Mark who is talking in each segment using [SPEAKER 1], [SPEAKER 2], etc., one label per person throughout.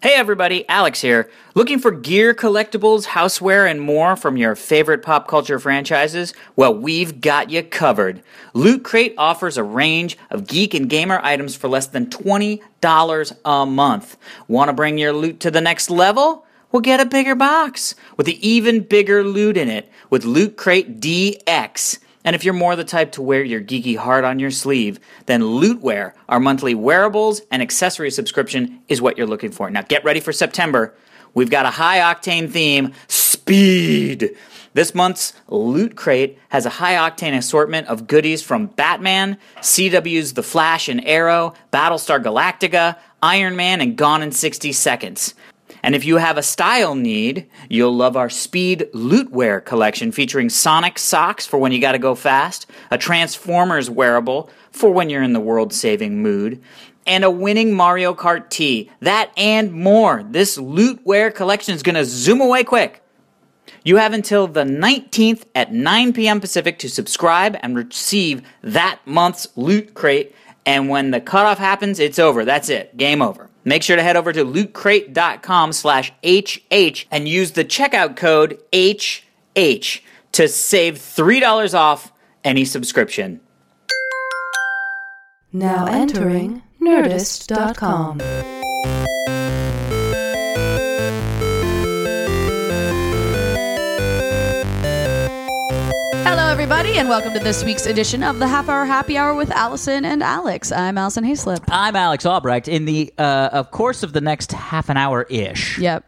[SPEAKER 1] Hey everybody, Alex here. Looking for gear, collectibles, houseware, and more from your favorite pop culture franchises? Well, we've got you covered. Loot Crate offers a range of geek and gamer items for less than $20 a month. Want to bring your loot to the next level? Well, get a bigger box with an even bigger loot in it with Loot Crate DX. And if you're more the type to wear your geeky heart on your sleeve, then Lootwear, our monthly wearables and accessory subscription, is what you're looking for. Now get ready for September. We've got a high octane theme speed. This month's Loot Crate has a high octane assortment of goodies from Batman, CW's The Flash and Arrow, Battlestar Galactica, Iron Man, and Gone in 60 Seconds. And if you have a style need, you'll love our Speed Lootwear collection featuring Sonic socks for when you gotta go fast, a Transformers wearable for when you're in the world saving mood, and a winning Mario Kart tee. That and more. This Lootwear collection is gonna zoom away quick. You have until the 19th at 9 p.m. Pacific to subscribe and receive that month's loot crate. And when the cutoff happens, it's over. That's it. Game over. Make sure to head over to lootcrate.com slash HH and use the checkout code HH to save $3 off any subscription.
[SPEAKER 2] Now entering Nerdist.com.
[SPEAKER 3] Hello, everybody, and welcome to this week's edition of the Half Hour Happy Hour with Allison and Alex. I'm Allison Hayslip.
[SPEAKER 4] I'm Alex Albrecht. In the uh, of course of the next half an hour ish,
[SPEAKER 3] Yep.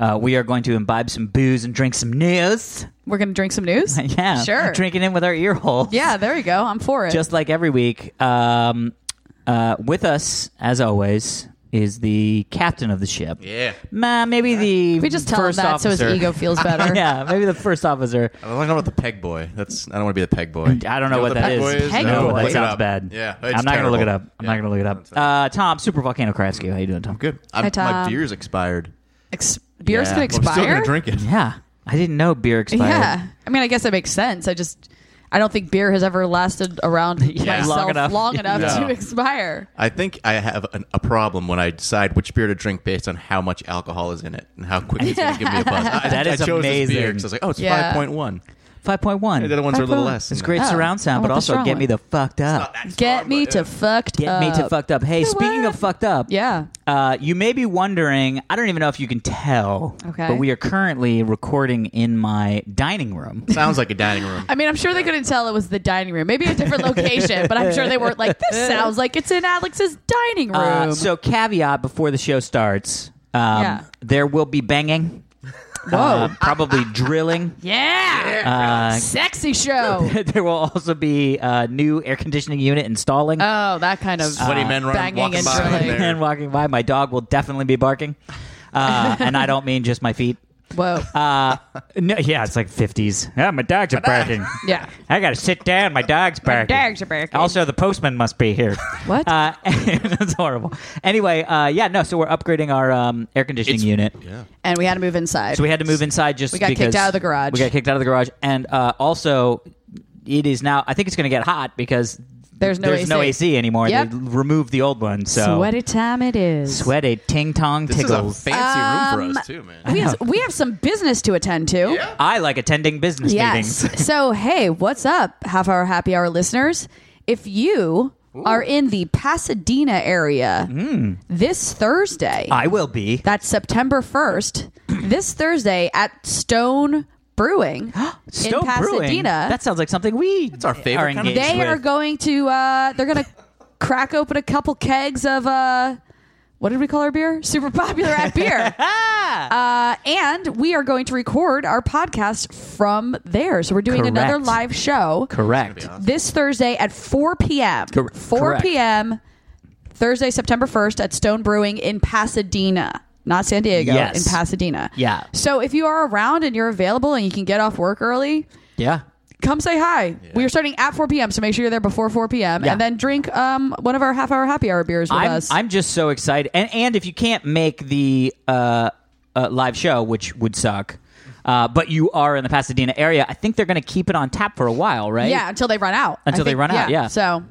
[SPEAKER 4] uh, we are going to imbibe some booze and drink some news.
[SPEAKER 3] We're going to drink some news?
[SPEAKER 4] Yeah,
[SPEAKER 3] Sure.
[SPEAKER 4] Drinking in with our ear holes.
[SPEAKER 3] Yeah, there you go. I'm for it.
[SPEAKER 4] just like every week. Um, uh, with us, as always, is the captain of the ship.
[SPEAKER 5] Yeah.
[SPEAKER 4] Ma, maybe the
[SPEAKER 3] we just tell him
[SPEAKER 4] first
[SPEAKER 3] that
[SPEAKER 4] officer.
[SPEAKER 3] so his ego feels better.
[SPEAKER 4] yeah, maybe the first officer.
[SPEAKER 5] I don't know about the peg boy. That's I don't want to be the peg boy.
[SPEAKER 4] I don't know, what
[SPEAKER 5] the
[SPEAKER 4] that
[SPEAKER 5] peg
[SPEAKER 4] is.
[SPEAKER 5] boy
[SPEAKER 3] Peg
[SPEAKER 5] No,
[SPEAKER 3] boy.
[SPEAKER 5] look
[SPEAKER 4] that
[SPEAKER 5] it
[SPEAKER 4] sounds
[SPEAKER 5] up.
[SPEAKER 4] bad.
[SPEAKER 5] Yeah, it's
[SPEAKER 4] I'm not gonna look it
[SPEAKER 5] terrible.
[SPEAKER 4] up. I'm
[SPEAKER 5] Yeah.
[SPEAKER 4] not gonna look it up.
[SPEAKER 5] That's not-
[SPEAKER 4] Uh, Tom, Super Volcano Kratsky, how you doing, Tom?
[SPEAKER 5] Good.
[SPEAKER 3] Hi,
[SPEAKER 5] I'm, my
[SPEAKER 3] Tom.
[SPEAKER 5] beer's expired.
[SPEAKER 3] Ex- um, beer's
[SPEAKER 4] Yeah.
[SPEAKER 3] going to
[SPEAKER 5] Well, I'm still
[SPEAKER 3] expire?
[SPEAKER 5] gonna drink it.
[SPEAKER 4] Yeah, I didn't know beer expired.
[SPEAKER 3] yeah. I mean, I guess that makes sense. I just, I don't think beer has ever lasted around
[SPEAKER 4] Yeah.
[SPEAKER 3] myself long
[SPEAKER 4] Long
[SPEAKER 3] enough,
[SPEAKER 4] enough.
[SPEAKER 5] No.
[SPEAKER 3] to expire.
[SPEAKER 5] I think I have an, a problem when I decide which beer to drink based on how much alcohol is in it and how quick it's going to give me a buzz. I,
[SPEAKER 4] That
[SPEAKER 5] I
[SPEAKER 4] is
[SPEAKER 5] chose this beer
[SPEAKER 4] amazing.
[SPEAKER 5] 'cause I was like, oh, it's
[SPEAKER 3] Yeah.
[SPEAKER 5] five point one.
[SPEAKER 4] Five point one.
[SPEAKER 5] The other ones are a little less.
[SPEAKER 4] It's great
[SPEAKER 3] Oh,
[SPEAKER 4] surround
[SPEAKER 3] I
[SPEAKER 4] sound,
[SPEAKER 3] want
[SPEAKER 4] but
[SPEAKER 3] the
[SPEAKER 4] also
[SPEAKER 3] strong
[SPEAKER 4] get me
[SPEAKER 3] one.
[SPEAKER 4] the fucked
[SPEAKER 5] Oh,
[SPEAKER 4] up.
[SPEAKER 3] Get me to fucked
[SPEAKER 4] Get
[SPEAKER 3] up.
[SPEAKER 4] me to fucked up. Hey,
[SPEAKER 3] You know
[SPEAKER 4] speaking
[SPEAKER 3] what?
[SPEAKER 4] of fucked up,
[SPEAKER 3] Yeah.
[SPEAKER 4] uh, you may be wondering. I don't even know if you can tell,
[SPEAKER 3] Okay.
[SPEAKER 4] but we are currently recording in my dining room.
[SPEAKER 5] Sounds like a dining room.
[SPEAKER 3] I mean, I'm sure they couldn't tell it was the dining room. Maybe a different location, but I'm sure they weren't like, this sounds like it's in Alex's dining room.
[SPEAKER 4] Uh, so, caveat before the show starts, um,
[SPEAKER 3] Yeah.
[SPEAKER 4] there will be banging. Whoa. probably drilling.
[SPEAKER 3] yeah.
[SPEAKER 4] Uh,
[SPEAKER 3] Sexy show.
[SPEAKER 4] there will also be a new air conditioning unit installing.
[SPEAKER 3] Oh, that kind of
[SPEAKER 5] Sweaty men running-
[SPEAKER 3] banging
[SPEAKER 5] walking
[SPEAKER 3] and
[SPEAKER 5] by
[SPEAKER 3] drilling.
[SPEAKER 5] there.
[SPEAKER 4] and walking by, my dog will definitely be barking, uh, and I don't mean just my feet.
[SPEAKER 3] Whoa,
[SPEAKER 4] Uh, no, yeah, it's like 50s. Yeah, my dogs are barking.
[SPEAKER 3] yeah.
[SPEAKER 4] I gotta sit down. My dog's barking.
[SPEAKER 3] dogs are barking.
[SPEAKER 4] Also, the postman must be here.
[SPEAKER 3] What?
[SPEAKER 4] Uh, that's horrible. Anyway, uh, yeah, no. So we're upgrading our um, air conditioning unit.
[SPEAKER 5] yeah.
[SPEAKER 3] and we had to move inside.
[SPEAKER 4] So we had to move inside just
[SPEAKER 3] We got kicked
[SPEAKER 4] because
[SPEAKER 3] out of the garage.
[SPEAKER 4] We got kicked out of the garage, and uh, also it is now. I think it's going to get hot because
[SPEAKER 3] There's no AC.
[SPEAKER 4] anymore.
[SPEAKER 3] Yep.
[SPEAKER 4] They removed the old one, so
[SPEAKER 3] Sweaty time it is.
[SPEAKER 4] sweaty ting tong
[SPEAKER 5] This is a
[SPEAKER 4] tickles.
[SPEAKER 5] fancy room
[SPEAKER 3] Um,
[SPEAKER 5] for us too, man.
[SPEAKER 3] We have, we have some business to attend to.
[SPEAKER 4] I like attending business
[SPEAKER 3] Yes.
[SPEAKER 4] meetings.
[SPEAKER 3] so hey, what's up, half hour happy hour listeners? If you are in the Pasadena area
[SPEAKER 4] Mm.
[SPEAKER 3] this Thursday,
[SPEAKER 4] I will be.
[SPEAKER 3] that's September first. this Thursday at Stone Brewing
[SPEAKER 4] Stowe
[SPEAKER 3] in Pasadena.
[SPEAKER 4] Brewing. That sounds like something we. That's
[SPEAKER 5] our favorite
[SPEAKER 4] Are
[SPEAKER 5] kind of
[SPEAKER 4] engaged
[SPEAKER 3] They
[SPEAKER 4] with.
[SPEAKER 3] are going to. Uh, they're going to crack open a couple kegs of. Uh, what did we call our beer? Super popular at beer. uh, and we are going to record our podcast from there. So we're doing another
[SPEAKER 4] Correct.
[SPEAKER 3] live show
[SPEAKER 4] correct.
[SPEAKER 3] this Thursday at 4 p.m.
[SPEAKER 4] Cor-
[SPEAKER 3] 4
[SPEAKER 4] correct.
[SPEAKER 3] p.m. Thursday, September 1st at Stone Brewing in Pasadena. Not San Diego,
[SPEAKER 4] Yes.
[SPEAKER 3] in Pasadena.
[SPEAKER 4] Yeah.
[SPEAKER 3] So if you are around and you're available and you can get off work early,
[SPEAKER 4] Yeah.
[SPEAKER 3] come say hi. We are starting at 4 p.m., so make sure you're there before 4 p.m.
[SPEAKER 4] Yeah.
[SPEAKER 3] And then drink um, one of our half hour happy hour beers with
[SPEAKER 4] I'm,
[SPEAKER 3] us.
[SPEAKER 4] I'm just so excited. And and if you can't make the uh, uh, live show, which would suck, uh, but you are in the Pasadena area, I think they're going to keep it on tap for a while, right?
[SPEAKER 3] yeah, until they run out. I
[SPEAKER 4] Until they
[SPEAKER 3] think-
[SPEAKER 4] run out, yeah.
[SPEAKER 3] So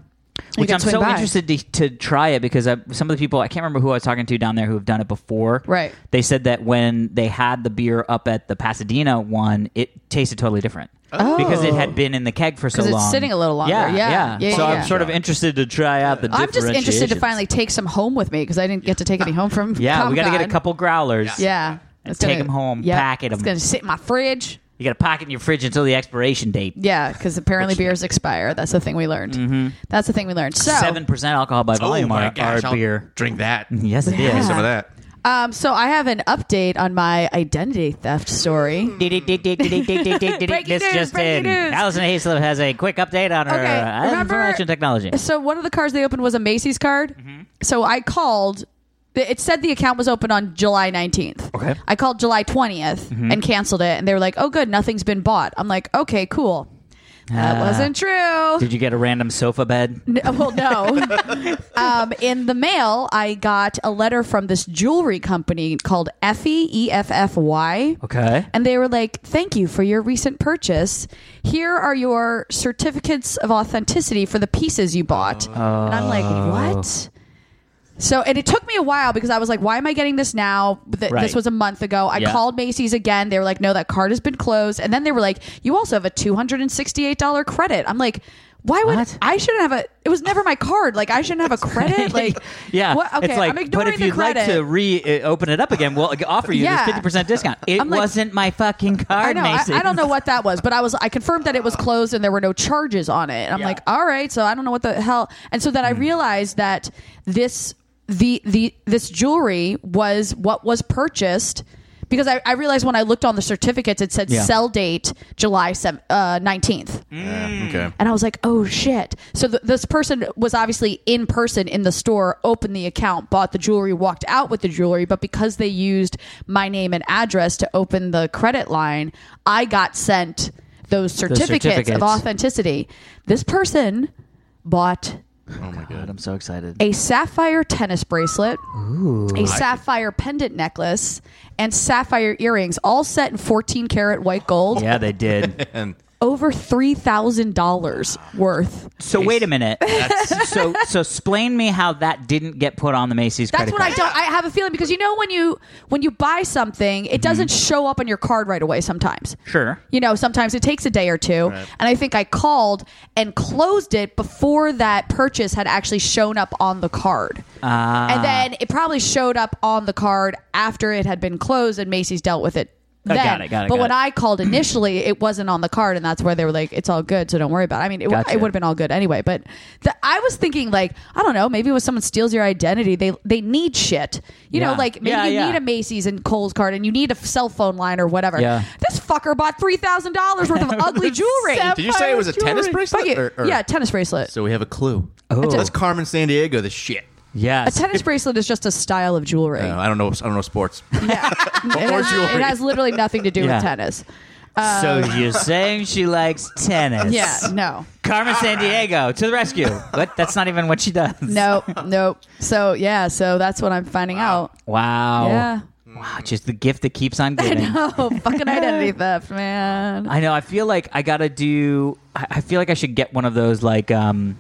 [SPEAKER 4] which
[SPEAKER 3] can
[SPEAKER 4] I'm
[SPEAKER 3] swing
[SPEAKER 4] so
[SPEAKER 3] by.
[SPEAKER 4] interested to, to try it because I, some of the people I can't remember who I was talking to down there who have done it before.
[SPEAKER 3] Right.
[SPEAKER 4] They said that when they had the beer up at the Pasadena one, it tasted totally different. Because it had been in the keg for so
[SPEAKER 3] Oh. 'Cause it's
[SPEAKER 4] long,
[SPEAKER 3] sitting a little longer. Yeah.
[SPEAKER 4] yeah.
[SPEAKER 3] Yeah,
[SPEAKER 4] so
[SPEAKER 3] yeah,
[SPEAKER 4] I'm
[SPEAKER 3] yeah.
[SPEAKER 4] sort of interested to try out the.
[SPEAKER 3] I'm just interested to
[SPEAKER 4] differentiations.
[SPEAKER 3] finally take some home with me because I didn't get to take any home from.
[SPEAKER 4] Yeah, we got to get a
[SPEAKER 3] Comic-Con.
[SPEAKER 4] couple growlers.
[SPEAKER 3] Yeah. It's
[SPEAKER 4] take
[SPEAKER 3] gonna-
[SPEAKER 4] 'em home,
[SPEAKER 3] yeah,
[SPEAKER 4] packet 'em.
[SPEAKER 3] It's going to sit in my fridge.
[SPEAKER 4] You got to pocket in your fridge until the expiration date.
[SPEAKER 3] Yeah, because apparently beers expire. That's the thing we learned. That's the thing we learned. So,
[SPEAKER 4] Mm-hmm. Seven percent alcohol by
[SPEAKER 5] Oh
[SPEAKER 4] volume.
[SPEAKER 5] my
[SPEAKER 4] our,
[SPEAKER 5] gosh!
[SPEAKER 4] our
[SPEAKER 5] I'll
[SPEAKER 4] beer. Mm-hmm.
[SPEAKER 5] Drink that.
[SPEAKER 4] Yes, it
[SPEAKER 5] Give me
[SPEAKER 4] is.
[SPEAKER 5] some of that.
[SPEAKER 3] um, so I have an update on my identity theft story.
[SPEAKER 4] Mm. This
[SPEAKER 3] news,
[SPEAKER 4] just
[SPEAKER 3] breaking
[SPEAKER 4] in.
[SPEAKER 3] news.
[SPEAKER 4] Allison Hayslip has a quick update on her
[SPEAKER 3] Okay,
[SPEAKER 4] uh,
[SPEAKER 3] remember-
[SPEAKER 4] information technology.
[SPEAKER 3] So one of the cards they opened was a Macy's card.
[SPEAKER 4] Mm-hmm.
[SPEAKER 3] So I called. It said the account was open on July 19th.
[SPEAKER 4] Okay. Mm-hmm.
[SPEAKER 3] I called July 20th and canceled it. And they were like, oh, good. Nothing's been bought. I'm like, okay, cool. That
[SPEAKER 4] Ah.
[SPEAKER 3] wasn't true.
[SPEAKER 4] Did you get a random sofa bed?
[SPEAKER 3] N- well, no. um, in the mail, I got a letter from this jewelry company called Effie, E F F Y.
[SPEAKER 4] Okay.
[SPEAKER 3] And they were like, thank you for your recent purchase. Here are your certificates of authenticity for the pieces you bought. And I'm like,
[SPEAKER 4] Oh.
[SPEAKER 3] what? So, and it took me a while because I was like, why am I getting this now? Th-
[SPEAKER 4] Right.
[SPEAKER 3] This was a month ago. I
[SPEAKER 4] Yeah.
[SPEAKER 3] called Macy's again. They were like, no, that card has been closed. And then they were like, you also have a $268 credit. I'm like, why would
[SPEAKER 4] What?
[SPEAKER 3] I shouldn't have a? It was never my card. Like I shouldn't have a credit. Like
[SPEAKER 4] Yeah,
[SPEAKER 3] what? okay.
[SPEAKER 4] it's like,
[SPEAKER 3] I'm ignoring
[SPEAKER 4] but if
[SPEAKER 3] the
[SPEAKER 4] you'd
[SPEAKER 3] credit.
[SPEAKER 4] like to reopen it up again, we'll offer you
[SPEAKER 3] Yeah.
[SPEAKER 4] this fifty percent discount. It
[SPEAKER 3] I'm like-
[SPEAKER 4] wasn't my fucking
[SPEAKER 3] I
[SPEAKER 4] card,
[SPEAKER 3] know. I,
[SPEAKER 4] Mason.
[SPEAKER 3] I don't know what that was, but I was. I confirmed that it was closed and there were no charges on it. And I'm
[SPEAKER 4] Yeah. Mm.
[SPEAKER 3] like, all right. So I don't know what the hell. And so then I realized that this the the this jewelry was what was purchased. Because I, I realized when I looked on the certificates, it said
[SPEAKER 4] Yeah.
[SPEAKER 3] sell date July sev- uh, 19th.
[SPEAKER 5] Yeah, okay.
[SPEAKER 3] And I was like, oh shit. So th- this person was obviously in person in the store, opened the account, bought the jewelry, walked out with the jewelry. But because they used my name and address to open the credit line, I got sent those certificates,
[SPEAKER 4] certificates.
[SPEAKER 3] of authenticity. This person bought
[SPEAKER 5] Oh my god.
[SPEAKER 4] I'm so excited.
[SPEAKER 3] a sapphire tennis bracelet, a sapphire pendant necklace, and sapphire earrings, all set in 14 karat white gold,
[SPEAKER 4] Yeah, they did.
[SPEAKER 5] And
[SPEAKER 3] over $3,000 worth.
[SPEAKER 4] So wait a minute. so so explain me how that didn't get put on the Macy's
[SPEAKER 3] That's
[SPEAKER 4] credit
[SPEAKER 3] what I
[SPEAKER 4] card.
[SPEAKER 3] don't. I have a feeling because you know when you when you buy something, it doesn't show up on your card right away. Sometimes,
[SPEAKER 4] Mm-hmm. Sure.
[SPEAKER 3] you know, sometimes it takes a day or two. And I think I called and closed it before that purchase had actually shown up on the card.
[SPEAKER 4] Ah.
[SPEAKER 3] And then it probably showed up on the card after it had been closed, and Macy's dealt with it.
[SPEAKER 4] Oh,
[SPEAKER 3] Then.
[SPEAKER 4] got it, got it,
[SPEAKER 3] but
[SPEAKER 4] got
[SPEAKER 3] when
[SPEAKER 4] it.
[SPEAKER 3] I called initially, it wasn't on the card, and that's where they were like, "It's all good, so don't worry about." it. I mean, it,
[SPEAKER 4] Gotcha.
[SPEAKER 3] it would have been all good anyway. But the, I was thinking, like, I don't know, maybe when someone steals your identity, they they need shit. You know,
[SPEAKER 4] Yeah.
[SPEAKER 3] like maybe
[SPEAKER 4] Yeah,
[SPEAKER 3] you
[SPEAKER 4] yeah.
[SPEAKER 3] need a Macy's and Kohl's card, and you need a f- cell phone line or whatever.
[SPEAKER 4] Yeah.
[SPEAKER 3] This fucker bought three thousand dollars worth of ugly jewelry.
[SPEAKER 5] did you say it was a tennis bracelet?
[SPEAKER 3] Fuck you.
[SPEAKER 5] Or- or-
[SPEAKER 3] yeah, tennis bracelet.
[SPEAKER 5] So we have a clue.
[SPEAKER 4] Oh.
[SPEAKER 5] That's Carmen San Diego. The shit.
[SPEAKER 3] a
[SPEAKER 4] Yes.
[SPEAKER 3] tennis bracelet is just a style of jewelry.
[SPEAKER 5] No, I don't know. I don't know sports.
[SPEAKER 3] Yeah. it,
[SPEAKER 5] Or
[SPEAKER 3] has,
[SPEAKER 5] Oh, jewelry.
[SPEAKER 3] it has literally nothing to do
[SPEAKER 4] Yeah.
[SPEAKER 3] with tennis.
[SPEAKER 4] so you're saying she likes tennis?
[SPEAKER 3] Yeah, no.
[SPEAKER 4] Carmen San Diego to the rescue. But that's not even what she does.
[SPEAKER 3] No, no. So yeah, so that's what I'm finding out.
[SPEAKER 4] Wow.
[SPEAKER 3] Yeah.
[SPEAKER 4] Wow. Just the gift that keeps on
[SPEAKER 3] I
[SPEAKER 4] giving.
[SPEAKER 3] know. Fucking identity theft, man.
[SPEAKER 4] I know. I feel like I gotta do. I I feel like I should get one of those like um,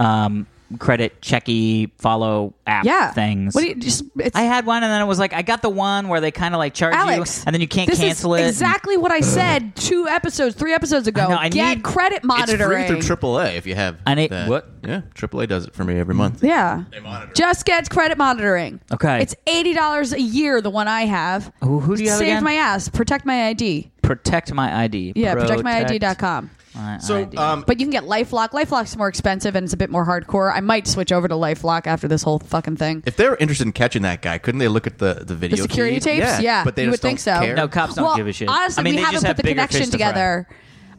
[SPEAKER 4] um, credit checky follow app
[SPEAKER 3] Yeah.
[SPEAKER 4] things.
[SPEAKER 3] What do you just? It's,
[SPEAKER 4] I had one, and then it was like I got the one where they kind of like charge
[SPEAKER 3] Alex,
[SPEAKER 4] you, and then you can't
[SPEAKER 3] this
[SPEAKER 4] cancel
[SPEAKER 3] is
[SPEAKER 4] it.
[SPEAKER 3] Exactly what I said two episodes, three episodes ago.
[SPEAKER 4] I know, I
[SPEAKER 3] Get
[SPEAKER 4] need-
[SPEAKER 3] credit
[SPEAKER 5] it's
[SPEAKER 3] monitoring.
[SPEAKER 5] free through AAA if you have.
[SPEAKER 4] I need-
[SPEAKER 5] that.
[SPEAKER 4] what?
[SPEAKER 5] Yeah, AAA does it for me every month.
[SPEAKER 3] yeah.
[SPEAKER 5] monitor.
[SPEAKER 3] Just get credit monitoring.
[SPEAKER 4] Okay.
[SPEAKER 3] It's eighty dollars a year. The one I have.
[SPEAKER 4] Who- who do you have
[SPEAKER 3] Saved
[SPEAKER 4] again?
[SPEAKER 3] my ass. Protect my ID.
[SPEAKER 4] protect my ID.
[SPEAKER 3] Yeah,
[SPEAKER 4] protect
[SPEAKER 3] protectmyid.com.
[SPEAKER 4] my
[SPEAKER 5] So,
[SPEAKER 4] ID.
[SPEAKER 5] um,
[SPEAKER 3] But you can get LifeLock. LifeLock's more expensive and it's a bit more hardcore. I might switch over to LifeLock after this whole fucking thing.
[SPEAKER 5] if they're interested in catching that guy, couldn't they look at the the video
[SPEAKER 3] The security
[SPEAKER 5] feed?
[SPEAKER 3] tapes, yeah,
[SPEAKER 5] but they
[SPEAKER 3] you
[SPEAKER 5] just
[SPEAKER 3] would think
[SPEAKER 5] don't
[SPEAKER 3] so.
[SPEAKER 5] care.
[SPEAKER 4] no cops don't
[SPEAKER 3] well,
[SPEAKER 4] give a shit.
[SPEAKER 3] Honestly,
[SPEAKER 4] I mean,
[SPEAKER 3] we
[SPEAKER 4] they
[SPEAKER 3] haven't
[SPEAKER 4] just have
[SPEAKER 3] put the
[SPEAKER 4] bigger fish
[SPEAKER 3] connection
[SPEAKER 4] to fry.
[SPEAKER 3] together.